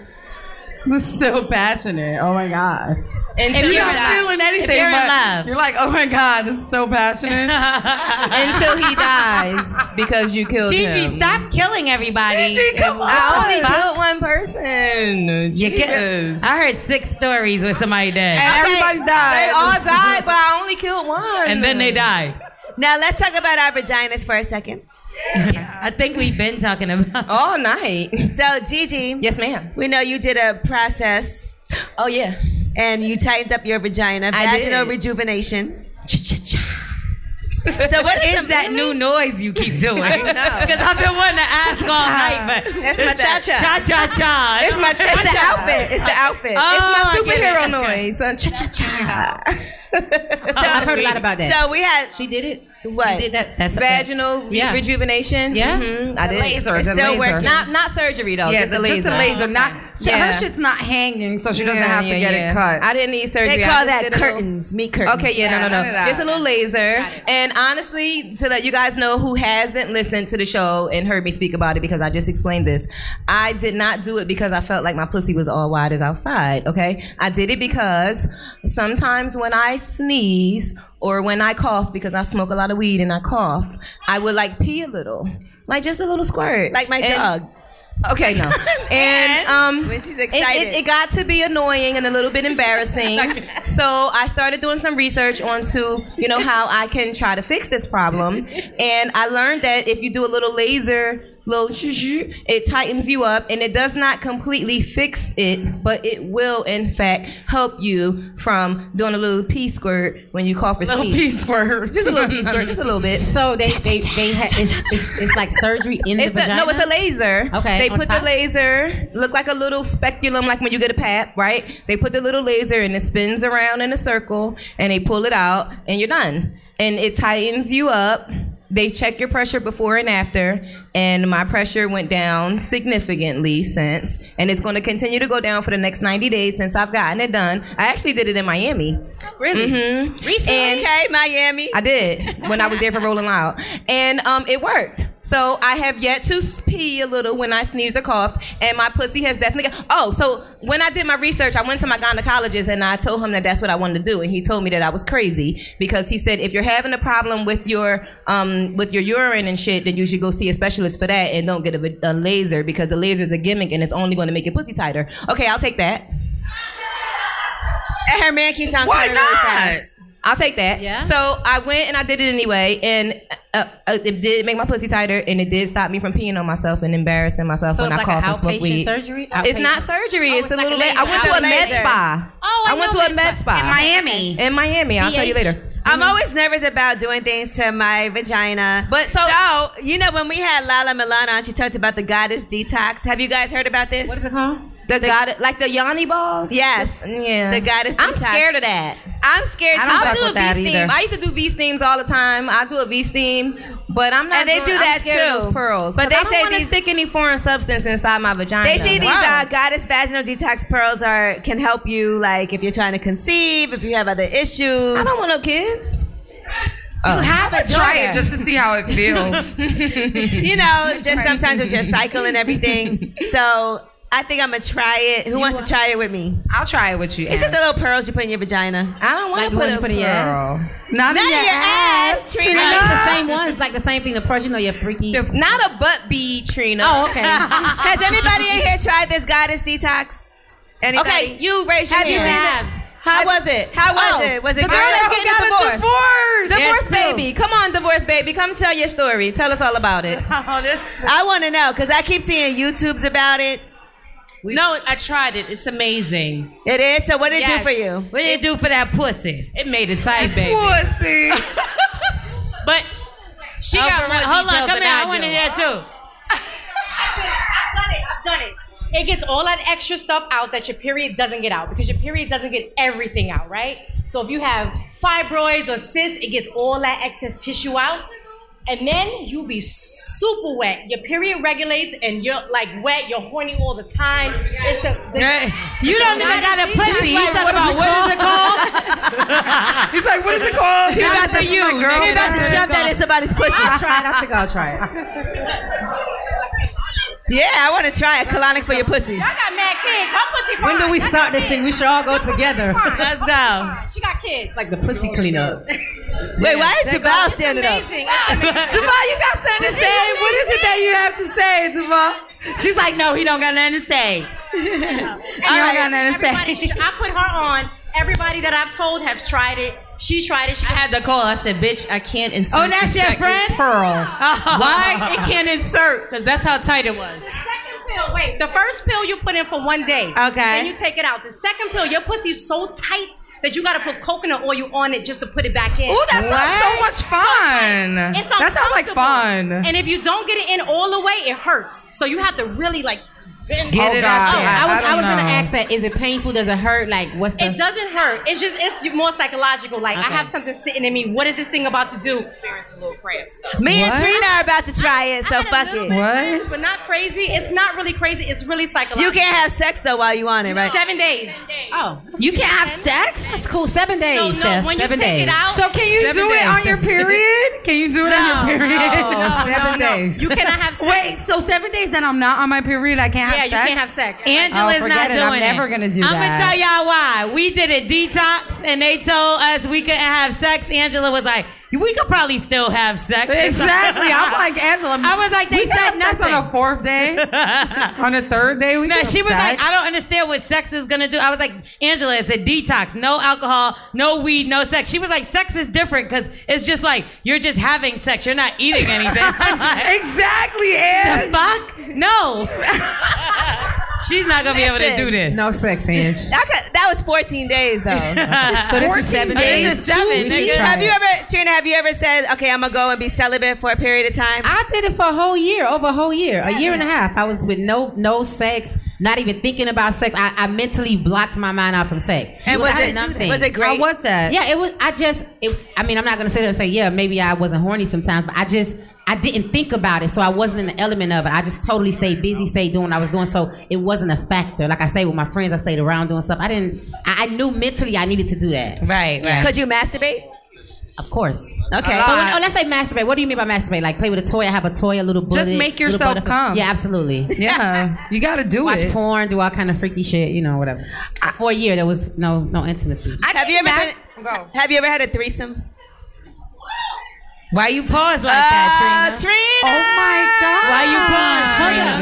S6: This is so passionate. Oh my god.
S3: Until
S6: if
S3: you
S6: you're
S3: die.
S6: not feeling anything,
S3: If you're in
S6: but
S3: love.
S6: you're like, oh my god, this is so passionate.
S3: until he dies because you killed
S6: Gigi,
S3: him.
S2: stop killing everybody.
S3: Gigi, come on. I only killed one person.
S2: You get-
S3: Jesus.
S2: I heard six stories where somebody dead.
S3: Okay, They all died, but I only killed one.
S2: And then they died.
S1: Now let's talk about our vaginas for a second.
S2: I think we've been talking about
S1: Oh.
S3: all night.
S1: So Gigi,
S3: yes, ma'am.
S1: We know you did a process.
S3: Oh yeah.
S1: And you tightened up your vagina,
S2: I did.
S1: vaginal rejuvenation.
S2: So what is that new noise you keep doing?
S1: I don't know.
S2: Because I've been wanting to ask all night, but
S1: That's my cha-cha.
S2: Cha cha cha.
S1: It's my cha-cha. It's the outfit. It's the outfit.
S3: it's my
S1: Oh, I get
S3: superhero
S1: it. Okay.
S3: noise. Uh, cha-cha-cha.
S1: So,
S12: I've heard a lot about that.
S1: So we had
S12: she did it.
S1: What
S12: did that. That's
S3: vaginal re-
S12: Yeah.
S3: rejuvenation.
S12: Yeah.
S3: Mhm, I
S12: The
S3: did.
S12: laser, It's the still laser. working.
S3: Not not surgery though.
S6: yeah,
S3: Oh, just the
S6: the-
S3: laser.
S6: just a laser. Not sh-
S3: Yeah.
S6: her shit's not hanging, so she doesn't
S3: Yeah,
S6: have
S3: yeah,
S6: to get
S3: yeah.
S6: it cut.
S3: I didn't need surgery.
S1: They
S3: I
S1: call
S3: just
S1: that
S3: did a little-
S1: curtains, meat curtains.
S3: Okay, yeah, no, no,
S1: Yeah,
S3: no.
S1: none of
S3: Just a
S1: that.
S3: little laser. And honestly, to let you guys know who hasn't listened to the show and heard me speak about it because I just explained this, I did not do it because I felt like my pussy was all wide as outside, okay? I did it because sometimes when I sneeze or when I cough, because I smoke a lot of weed and I cough, I would like pee a little, like just a little squirt.
S1: Like my
S3: And-
S1: dog.
S3: Okay, no. And, um,
S1: when she's
S3: it- it-
S1: excited.
S3: it, got to be annoying and a little bit embarrassing. so I started doing some research onto, you know, how I can try to fix this problem. And I learned that if you do a little laser, little shoo- shoo, it tightens you up and it does not completely fix it, but it will in fact help you from doing a little pee squirt when you cough or
S12: Little
S3: sneeze.
S12: pee squirt.
S3: Just a little pee squirt, just a little bit.
S12: So they they, they ha- it's, it's, it's like surgery in the
S3: It's a,
S12: vagina.
S3: no, it's a laser.
S12: Okay,
S3: They
S12: on
S3: put
S12: top?
S3: the laser, look like a little speculum, like when you get a pap, right? They put the little laser and it spins around in a circle, and they pull it out, and you're done. And it tightens you up. They check your pressure before and after, and my pressure went down significantly since, and it's going to continue to go down for the next 90 days since I've gotten it done. I actually did it in Miami.
S1: Really?
S3: Mm-hmm.
S1: Recently? Okay, Miami.
S3: I did when I was there for Rolling Loud, and um, it worked. So I have yet to pee a little when I sneezed or coughed, and my pussy has definitely. Got, oh, so when I did my research, I went to my gynecologist and I told him that that's what I wanted to do, and he told me that I was crazy because he said if you're having a problem with your um with your urine and shit, then you should go see a specialist for that and don't get a, a laser because the laser is a gimmick and it's only going to make your pussy tighter. Okay, I'll take that.
S1: And her man keeps on coming really fast.
S3: I'll take that. Yeah. So I went and I did it anyway, and uh, uh, it did make my pussy tighter, and it did stop me from peeing on myself and embarrassing myself
S12: So
S3: when
S12: it's like
S3: I cough
S12: an
S3: and smoke
S12: outpatient
S3: weed.
S12: surgery?
S3: It's
S12: Outpatient.
S3: not surgery.
S12: Oh,
S3: it's,
S12: it's
S3: a
S12: like
S3: little
S12: a
S3: bit. I went to
S12: laser.
S3: a med
S12: Laser.
S3: spa.
S12: Oh, I
S3: went
S12: know
S3: to a
S12: med
S3: med
S12: spa.
S3: spa
S12: In Miami.
S3: In Miami. I'll tell you
S1: PH.
S3: later.
S1: I'm always nervous about doing things to my vagina. But so, you know, when we had Lala Milano on, she talked about the goddess detox. Have you guys heard about this? What is it
S3: called? The, god, like the Yanni balls.
S1: Yes.
S3: Yeah.
S1: The goddess
S3: I'm
S1: detox.
S3: scared of that.
S1: I'm scared.
S3: I
S1: too.
S3: will do a V steam. I used to do V steams all the time. I do a V steam, but I'm not.
S1: And they
S3: doing-
S1: do
S3: I'm
S1: that
S3: scared of
S1: too.
S3: those pearls.
S1: But
S3: 'Cause
S1: they
S3: I don't
S1: say
S3: wanna
S1: these-
S3: stick any foreign substance inside my vagina.
S1: They say these uh, goddess vaginal detox pearls are can help you, like if you're trying to conceive, if you have other issues. I
S3: don't want no kids.
S1: you have a
S6: Try it just to see how it feels.
S1: you know, just sometimes with your cycle and everything. So I think I'm gonna try it. Who wants to try it with me?
S6: I'll try it with you.
S1: It's just a little pearls you put in your vagina.
S3: I don't
S1: want
S12: the ones you put in your ass?
S1: Not, in your, ass, Trina.
S12: I think the same ones, like the same thing. The person or your freaky.
S3: Not a butt bead, Trina.
S12: Oh, okay.
S1: Has anybody in here tried this goddess detox? Anybody?
S3: Okay, you raise your
S1: Have you
S3: hand.
S1: seen it?
S3: How was it?
S1: How was
S3: Oh,
S1: it? Was it
S3: the
S1: good?
S3: girl that's
S1: I
S3: getting
S1: got a
S3: divorced?
S1: divorce.
S3: Divorce
S1: Yes, too.
S3: baby. Come on, divorce baby. Come tell your story. Tell us all about it.
S1: I want to know because I keep seeing YouTubes about it.
S13: No, I tried it. It's amazing.
S1: It is. So what did it do
S13: Yes.
S1: for you? What did it do for that pussy?
S13: It made it tight, baby.
S1: Pussy.
S13: but she
S2: Oh,
S13: got
S2: for
S13: more
S2: real? Hold on,
S13: details
S2: come
S13: than
S2: here.
S13: I,
S2: I wanna
S13: do.
S2: hear it too.
S14: I've done it. I've done it. It gets all that extra stuff out that your period doesn't get out because your period doesn't get everything out, right? So if you have fibroids or cysts, it gets all that excess tissue out. And then you be super wet. Your period regulates and you're like wet, you're horny all the time. It's a,
S2: You don't even got a pussy. He's talking about what is it called?
S14: He's like, what is it called?
S2: He about to you. He about to shove that in somebody's pussy.
S6: I'll try it. I think I'll try it.
S1: Yeah, I want to try a colonic for your pussy.
S14: Y'all got mad kids. Her pussy
S10: When do
S14: fine.
S10: we
S14: Y'all
S10: start
S14: got
S10: this thing? We should all go together.
S14: kids. Fine.
S1: Let's go.
S14: She got kids.
S10: Like the pussy cleanup.
S1: Wait, why is Deval standing
S14: up?
S1: amazing.
S6: Duval, you got something to say? What is it that you have to say, Duval? She's like, no, he don't got nothing to say.
S14: And
S6: All
S14: everybody-
S6: right.
S14: everybody should- I put her on. Everybody that I've told have tried it. She tried it. She
S13: I had the call. I said, "Bitch, I can't insert."
S14: Oh, that's
S13: the
S14: your
S13: second
S14: friend?
S13: Pearl.
S10: Oh,
S13: Why it can't insert? Because that's how tight it was.
S14: pill. Wait, the first pill you put in for one day.
S10: Uh,
S14: Okay. Then you take it out. The second pill, your pussy's so tight that you gotta put coconut oil on it just to put it back in.
S6: Oh, that sounds so much fun.
S14: It's
S6: that sounds like
S14: uncomfortable.
S6: fun.
S14: And if you don't get it in all the way, it hurts. So you have to really like oh, bend
S12: Get
S14: it
S12: it
S14: out.
S12: out there. I don't know.
S14: that. Is it painful? Does it hurt? Like what's
S12: the-
S14: It doesn't hurt. It's just it's more psychological. Like I have something sitting in me. What is this thing about to do? Experience a little cramps.
S1: Me and Trina are about to try it, so fuck it.
S14: What? But not crazy. It's not really crazy. It's really psychological.
S1: You can't have sex though while you on it, right?
S14: Seven days. Oh,
S1: You can't have sex?
S10: That's cool. Seven days.
S14: So, no,
S1: Steph.
S14: when you
S1: Seven
S14: take
S1: days.
S14: it out.
S6: So can you do it on your period? Can you do it on your
S14: No,
S6: period?
S14: no, no,
S6: seven
S14: no, no.
S6: days.
S14: You cannot have sex.
S6: Wait, so seven days that I'm not on my period, I can't
S14: Yeah,
S6: have
S14: you
S6: sex.
S14: can't have sex.
S2: Angela's
S6: oh,
S2: not
S6: forget
S2: doing
S6: it. I'm
S2: it.
S6: never gonna do
S2: I'm gonna
S6: that.
S2: tell y'all why. We did a detox and they told us we couldn't have sex. Angela was like, we could probably still have sex.
S6: Exactly. I'm like Angela.
S2: I was like, they
S6: we can
S2: said
S6: have sex
S2: nothing.
S6: on a fourth day. on a third day, we
S2: No,
S6: can
S2: she
S6: have
S2: was
S6: sex.
S2: like, I don't understand what sex is gonna do. I was like, Angela, it's a detox. No alcohol, no weed, no sex. She was like, sex is different because it's just like you're just having sex. You're not eating anything.
S6: exactly.
S2: And the fuck? No. She's not gonna be able to
S1: Listen.
S2: do this.
S6: No sex, Ange.
S1: That, could, that was 14 days though.
S6: So this is seven
S1: Oh, This is
S6: days.
S1: seven.
S6: We should
S1: nigga.
S6: try
S1: Have you
S6: it.
S1: ever, Trina? Have you ever said, "Okay, I'm gonna go and be celibate for a period of time"?
S12: I did it for a whole year, over a whole year, a year and a half. I was with no no sex,
S10: not even thinking about sex. I, I mentally blocked my mind out from sex.
S1: And was
S10: I had
S1: it- was it great? How was that?
S10: Yeah, it was. I just. It, I mean, I'm not gonna sit there and say, yeah, maybe I wasn't horny sometimes, but I just. I didn't think about it, so I wasn't in the element of it. I just totally stayed busy, stayed doing what I was doing, so it wasn't a factor. Like I say, with my friends, I stayed around doing stuff. I didn't. I, I knew mentally I needed to do that.
S2: Right, right.
S1: Could you masturbate?
S10: Of course.
S6: Uh,
S1: Okay.
S10: But when, oh, let's say masturbate. What do you mean by masturbate? Like play with a toy. I have a toy, a little bullet.
S6: Just make
S10: little
S6: yourself
S10: butterfly-
S6: come.
S10: Yeah, absolutely.
S6: Yeah, you got to do
S10: Watch
S6: it.
S10: porn, do all kind of freaky shit, you know, whatever. For a year, there was no no intimacy.
S1: have you ever been, have you ever had a threesome?
S2: Why you pause like that,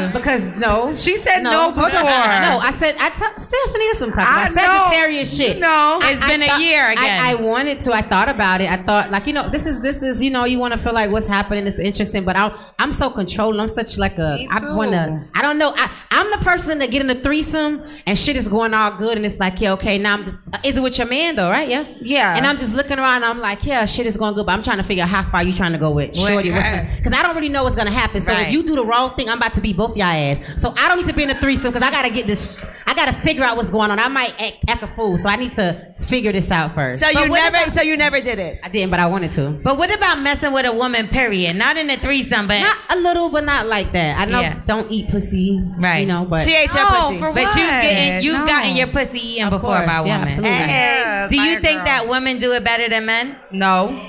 S2: Uh, Trina? my
S10: Oh God! Why you pause? Because no, she
S6: said no
S10: Hold on.
S6: before.
S10: No, I said I t- Stephanie is sometimes
S6: I
S10: I Sagittarius
S6: know.
S10: shit.
S6: You know.
S10: I-
S6: It's
S10: I
S6: been a
S10: thought-
S6: year again.
S10: I, I wanted to. I thought about it. I thought like you know this is this is you know you want to feel like what's happening. It's interesting, but I'm I'm so controlling. I'm such like a
S6: Me
S10: I
S6: too.
S10: want to. I don't know. I I'm the person that get in a threesome and shit is going all good and it's like yeah okay now I'm just uh, is it with your man though right yeah
S6: Yeah.
S10: and I'm just looking around. and I'm like yeah shit is going good, but I'm trying to figure out how far you trying to go with
S6: What
S10: shorty. What's
S6: happened?
S10: because I don't really know what's gonna happen. So
S6: Right.
S10: if you do the wrong thing, I'm about to be both y'all ass. So I don't need to be in a threesome because I gotta get this. I gotta figure out what's going on. I might act, act a fool, so I need to figure this out first.
S2: So you never,
S10: I
S2: so you never did it.
S10: didn't, but I wanted to.
S2: But what about messing with a woman? Period. Not in a threesome, but
S10: Not a little, but not like that. I know.
S2: Yeah.
S10: Don't eat pussy. Right. You know, but
S2: she ate your pussy, but you getting, you've
S10: No.
S2: gotten your pussy eaten
S10: Of
S2: before by
S10: course, yeah,
S2: women.
S10: absolutely. Yeah,
S2: do
S10: by
S2: you
S10: a
S2: think
S10: girl.
S2: that women do it better than men? No.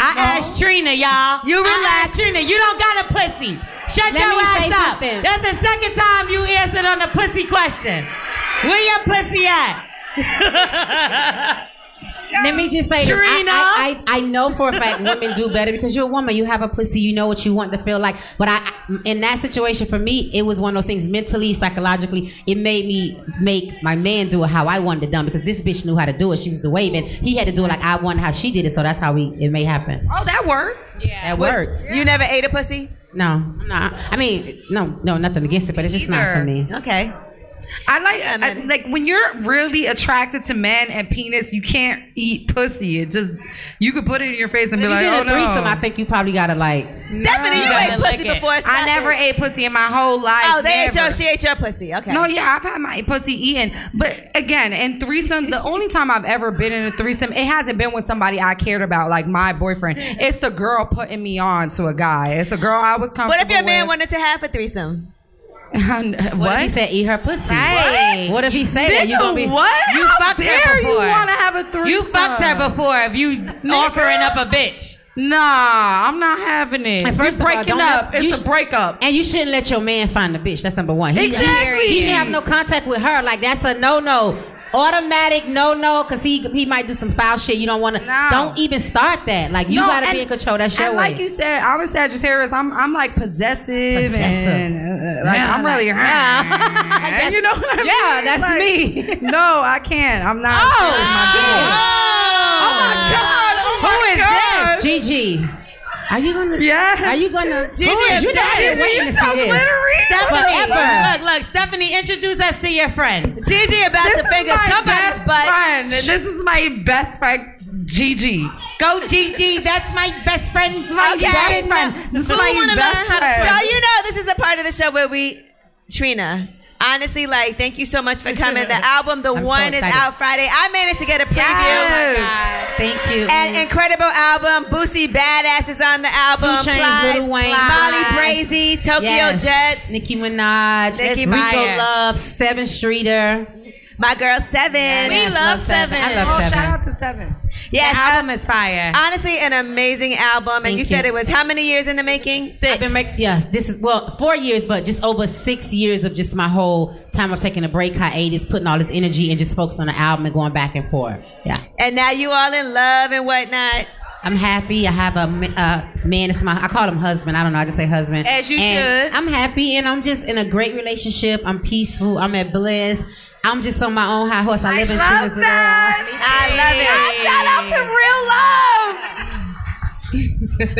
S2: I asked Trina, y'all. You relax, Trina. You don't got a pussy. Shut
S10: Let
S2: your
S10: me
S2: ass
S10: say
S2: up.
S10: something.
S2: That's the second time you answered on the pussy question. Where your pussy at?
S10: Let me just say this.
S2: Trina?
S10: I, I, I, I know for a fact women do better because you're a woman. You have a pussy. You know what you want to feel like. But I, in that situation for me, it was one of those things mentally, psychologically. It made me make my man do it how I wanted it done because this bitch knew how to do it. She was the wave, and he had to do it like I wanted how she did it. So that's how we it may happen.
S6: Oh, that worked.
S10: That worked.
S1: You never ate a pussy?
S10: No, I'm not. I mean, no, no, nothing against it, but it's just not for me.
S1: Okay.
S6: I like I, like when you're really attracted to men and penis, you can't eat pussy. It just you could put it in your face and
S10: If
S6: be
S10: you
S6: like,
S10: get
S6: oh
S10: a threesome,
S6: no.
S10: I think you probably gotta like.
S1: Stephanie, you ate pussy before.
S6: I never ate pussy in my whole life.
S1: Oh, they ate your.
S6: never.
S1: She ate your pussy. Okay.
S6: No, yeah, I've had my pussy eaten. But again, in threesomes, the only time I've ever been in a threesome, it hasn't been with somebody I cared about, like my boyfriend. It's the girl putting me on to a guy. It's a girl I was comfortable
S1: What if your man
S6: with.
S1: wanted to have a threesome?
S6: what?
S10: What if he said eat her pussy?
S1: Right.
S10: What if he say that? You
S6: Nigga,
S10: gonna be
S6: what?
S2: You
S6: How
S2: fucked her
S6: dare you
S2: before.
S6: wanna have a threesome?
S2: You fucked her before. If you offering up a bitch.
S6: Nah, I'm not having it.
S10: And first
S6: You're
S10: of all,
S6: breaking
S10: don't
S6: up.
S10: let- you
S6: it's
S10: sh-
S6: a breakup.
S10: And you shouldn't let your man find the bitch. That's number one. He-
S6: Exactly.
S10: He, should have no contact with her. Like that's a no no. Automatic no no, cause he he might do some foul shit. You don't want to. Don't even start that. Like you
S6: No,
S10: gotta
S6: and-
S10: be in control. That's your
S6: and
S10: way.
S6: like you said, I'm a Sagittarius. I'm I'm like possessive.
S10: Possessive.
S6: and, uh, like
S10: Yeah,
S6: I'm really.
S10: like, "Ah."
S6: you know what I mean?
S10: Yeah, that's
S6: Like,
S10: me.
S6: no, I can't. I'm not. Oh,
S10: shit.
S6: oh my god! Oh my
S10: Who is
S6: god!
S10: that? Gigi. Are you gonna?
S6: Yes.
S10: Are you gonna?
S2: Gigi,
S10: Who is- you
S2: Gigi,
S10: never
S2: you
S10: waiting to
S2: so
S10: see this.
S2: glittery. Stephanie,
S10: Forever.
S2: look, look, Stephanie, introduce us to your friend.
S1: Gigi about
S6: This
S2: to
S6: is
S2: finger
S6: my
S2: somebody's
S6: best
S2: butt.
S6: friend. This is my best friend, Gigi.
S2: Go, Gigi. That's my best friend.
S6: my best friend. This is my best friend.
S1: So you know, this is the part of the show where we, Trina. Honestly, like, thank you so much for coming. The album, The
S10: I'm so
S1: One, is
S10: excited.
S1: out Friday. I managed to get a preview.
S10: Thank you.
S1: An incredible album. Boosie Badass is on the album.
S10: Two Chainz,
S1: Plies,
S10: Lil Wayne,
S1: Molly
S10: Plies.
S1: Brazy, Tokyo
S10: Yes.
S1: Jets,
S10: Nicki Minaj,
S1: Nicki
S10: Rico
S1: Minaj.
S10: Love, Seven Streeter.
S1: My girl Seven.
S10: We love Seven.
S6: oh,
S10: Seven.
S6: shout out to Seven.
S1: Yes,
S2: The album is fire.
S1: Honestly, an amazing album. And
S10: Thank
S1: you, said
S10: you.
S1: it was how many years in the making?
S10: I've been making yes. This is well four years, but just over six years of just my whole time of taking a break hiatus, putting all this energy and just focusing on the album and going back and forth. Yeah,
S1: And now you all in love and whatnot.
S10: I'm happy. I have a ma- uh, man. It's my I call him husband. I don't know. I just say husband.
S1: As you
S10: And I'm happy, and I'm just in a great relationship. I'm peaceful. I'm at bliss. I'm just on my own high horse. I, live in
S6: love
S10: Trina's that.
S1: I love it.
S6: Shout out to Real Love.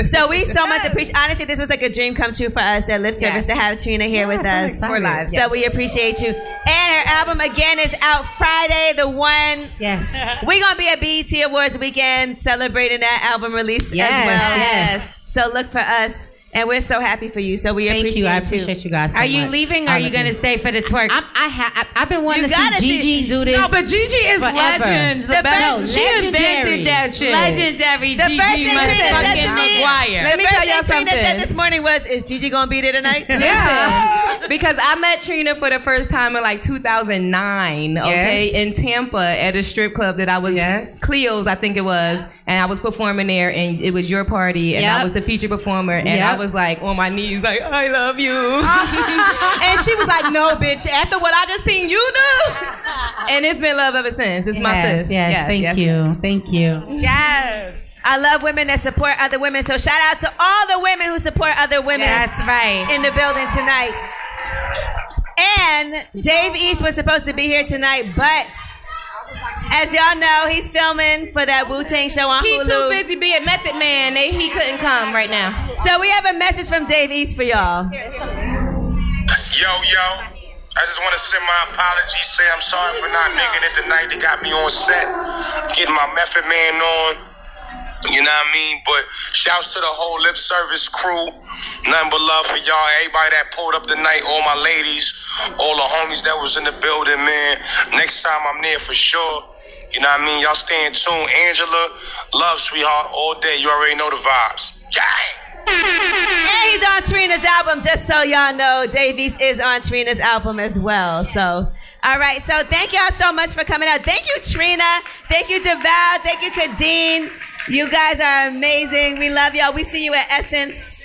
S1: so we so much appreciate. Honestly, this was like a dream come true for us at Lip
S10: Yes.
S1: Service to have Trina here with
S10: I'm
S1: us.
S10: excited. We're live,
S1: So
S10: yes.
S1: we appreciate you. And her album again is out Friday, the one.
S10: Yes.
S1: We're gonna be at E BET Awards weekend celebrating that album release
S10: Yes.
S1: as well.
S10: Yes.
S1: So look for us And we're so happy for you. So we
S10: Thank you.
S1: appreciate
S10: I appreciate you guys so
S1: Are you
S10: much.
S1: leaving? Or are
S10: All
S1: you
S10: of
S1: going to stay for the twerk? I'm,
S10: I ha- I, I've been wanting
S1: You
S10: to see
S1: gotta see-
S10: Gigi do this.
S1: No, but Gigi is
S10: forever.
S1: legend. The The best- first- no, she invented legendary. that shit. Legendary
S10: The
S1: Gigi
S10: first thing
S1: motherfucking
S10: Trina said to me-
S1: McGuire.
S10: Let me
S1: The first
S10: tell y'all
S1: thing Trina said
S10: something.
S1: this morning was, "Is Gigi gonna be there tonight?"
S3: Yeah. because I met Trina for the first time in like 2009, okay,
S1: Yes.
S3: in Tampa at a strip club that I was Cleo's, I think it was, and I was performing there, and it was your party, and I
S10: Yep.
S3: was the feature performer, and I
S10: Yep.
S3: was like on my knees, like I love you, and she was like, No, bitch, after what I just seen you do, and it's been love ever since. It's my
S10: Yes,
S3: sis.
S10: yes, thank you, thank you.
S3: Yes.
S1: I love women that support other women. So shout out to all the women who support other women. That's
S2: right.
S1: In the building tonight. And Dave East was supposed to be here tonight, but as y'all know, he's filming for that Wu Tang show on
S3: He
S1: Hulu.
S3: too busy being Method Man. They, he couldn't come right now.
S1: So we have a message from Dave East for y'all.
S15: Yo, yo. I just want to send my apologies, say I'm sorry for not making it tonight. They got me on set, getting my Method Man on. You know what I mean? But shouts to the whole lip service crew. Nothing but love for y'all. Everybody that pulled up tonight, all my ladies, all the homies that was in the building, man. Next time I'm there for sure. You know what I mean? Y'all stay in tune. Angela, love, sweetheart, all day. You already know the vibes. Gang!
S1: And he's on Trina's album, just so y'all know. Davies is on Trina's album as well. So, all right. So, thank y'all so much for coming out. Thank you, Trina. Thank you, Deval. Thank you, Kadeen. You guys are amazing. We love y'all. We see you at Essence.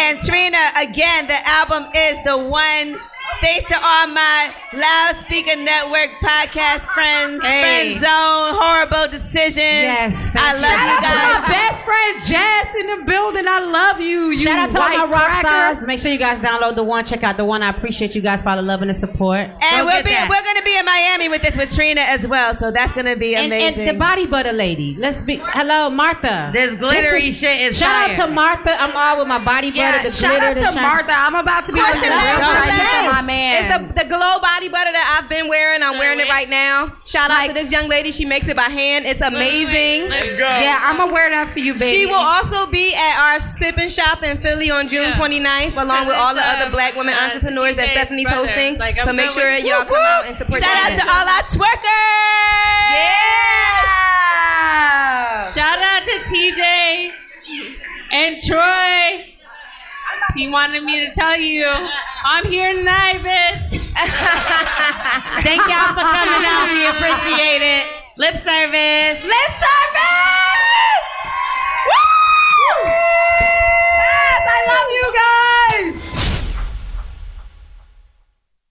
S1: And Trina, again, the album is the one. Thanks to all my Loudspeaker Network podcast friends,
S10: Hey.
S1: friend zone, horrible decisions. Yes, I love
S16: Shout
S1: you
S16: out to
S1: guys.
S16: my best friend Jazz in the building. I love you. you
S10: Shout out to
S16: white
S10: all my rock
S16: cracker.
S10: stars. Make sure you guys download the one, check out the one. I appreciate you guys for all the love and the support.
S1: And we'll be, we're going to be in Miami with this with Trina as well, so that's going to be
S10: And,
S1: amazing.
S10: and the body butter lady. Let's be hello, Martha.
S2: This glittery shit is
S10: Shout out
S2: fire.
S10: to Martha. I'm all with my body butter.
S3: Yeah,
S10: the
S3: shout
S10: glitter,
S3: out
S10: the
S3: to
S10: shine.
S3: Martha. I'm about to be
S10: Question
S3: on
S10: last,
S3: the
S10: question last.
S3: my man. It's the, the glow body butter that I've been wearing. I'm wearing it right now. Shout out to this young lady. She makes it by hand. It's amazing.
S8: Let's go.
S3: Yeah, I'm
S8: gonna wear that for you, baby.
S3: She will also be at our sipping shop in Philly on June 29th, along with all the other black women entrepreneurs that Stephanie's
S10: brother.
S3: hosting.
S10: Like, I'm
S3: so make
S10: good
S3: sure
S10: with-
S3: y'all
S10: Woo,
S3: come out and support.
S10: Shout
S3: that
S10: out to all
S3: event.
S1: our
S8: twerkers. Shout out to TJ and Troy. He wanted me to tell you, I'm here tonight, bitch.
S2: Thank y'all for coming out. We appreciate it. Lip service. Lip service.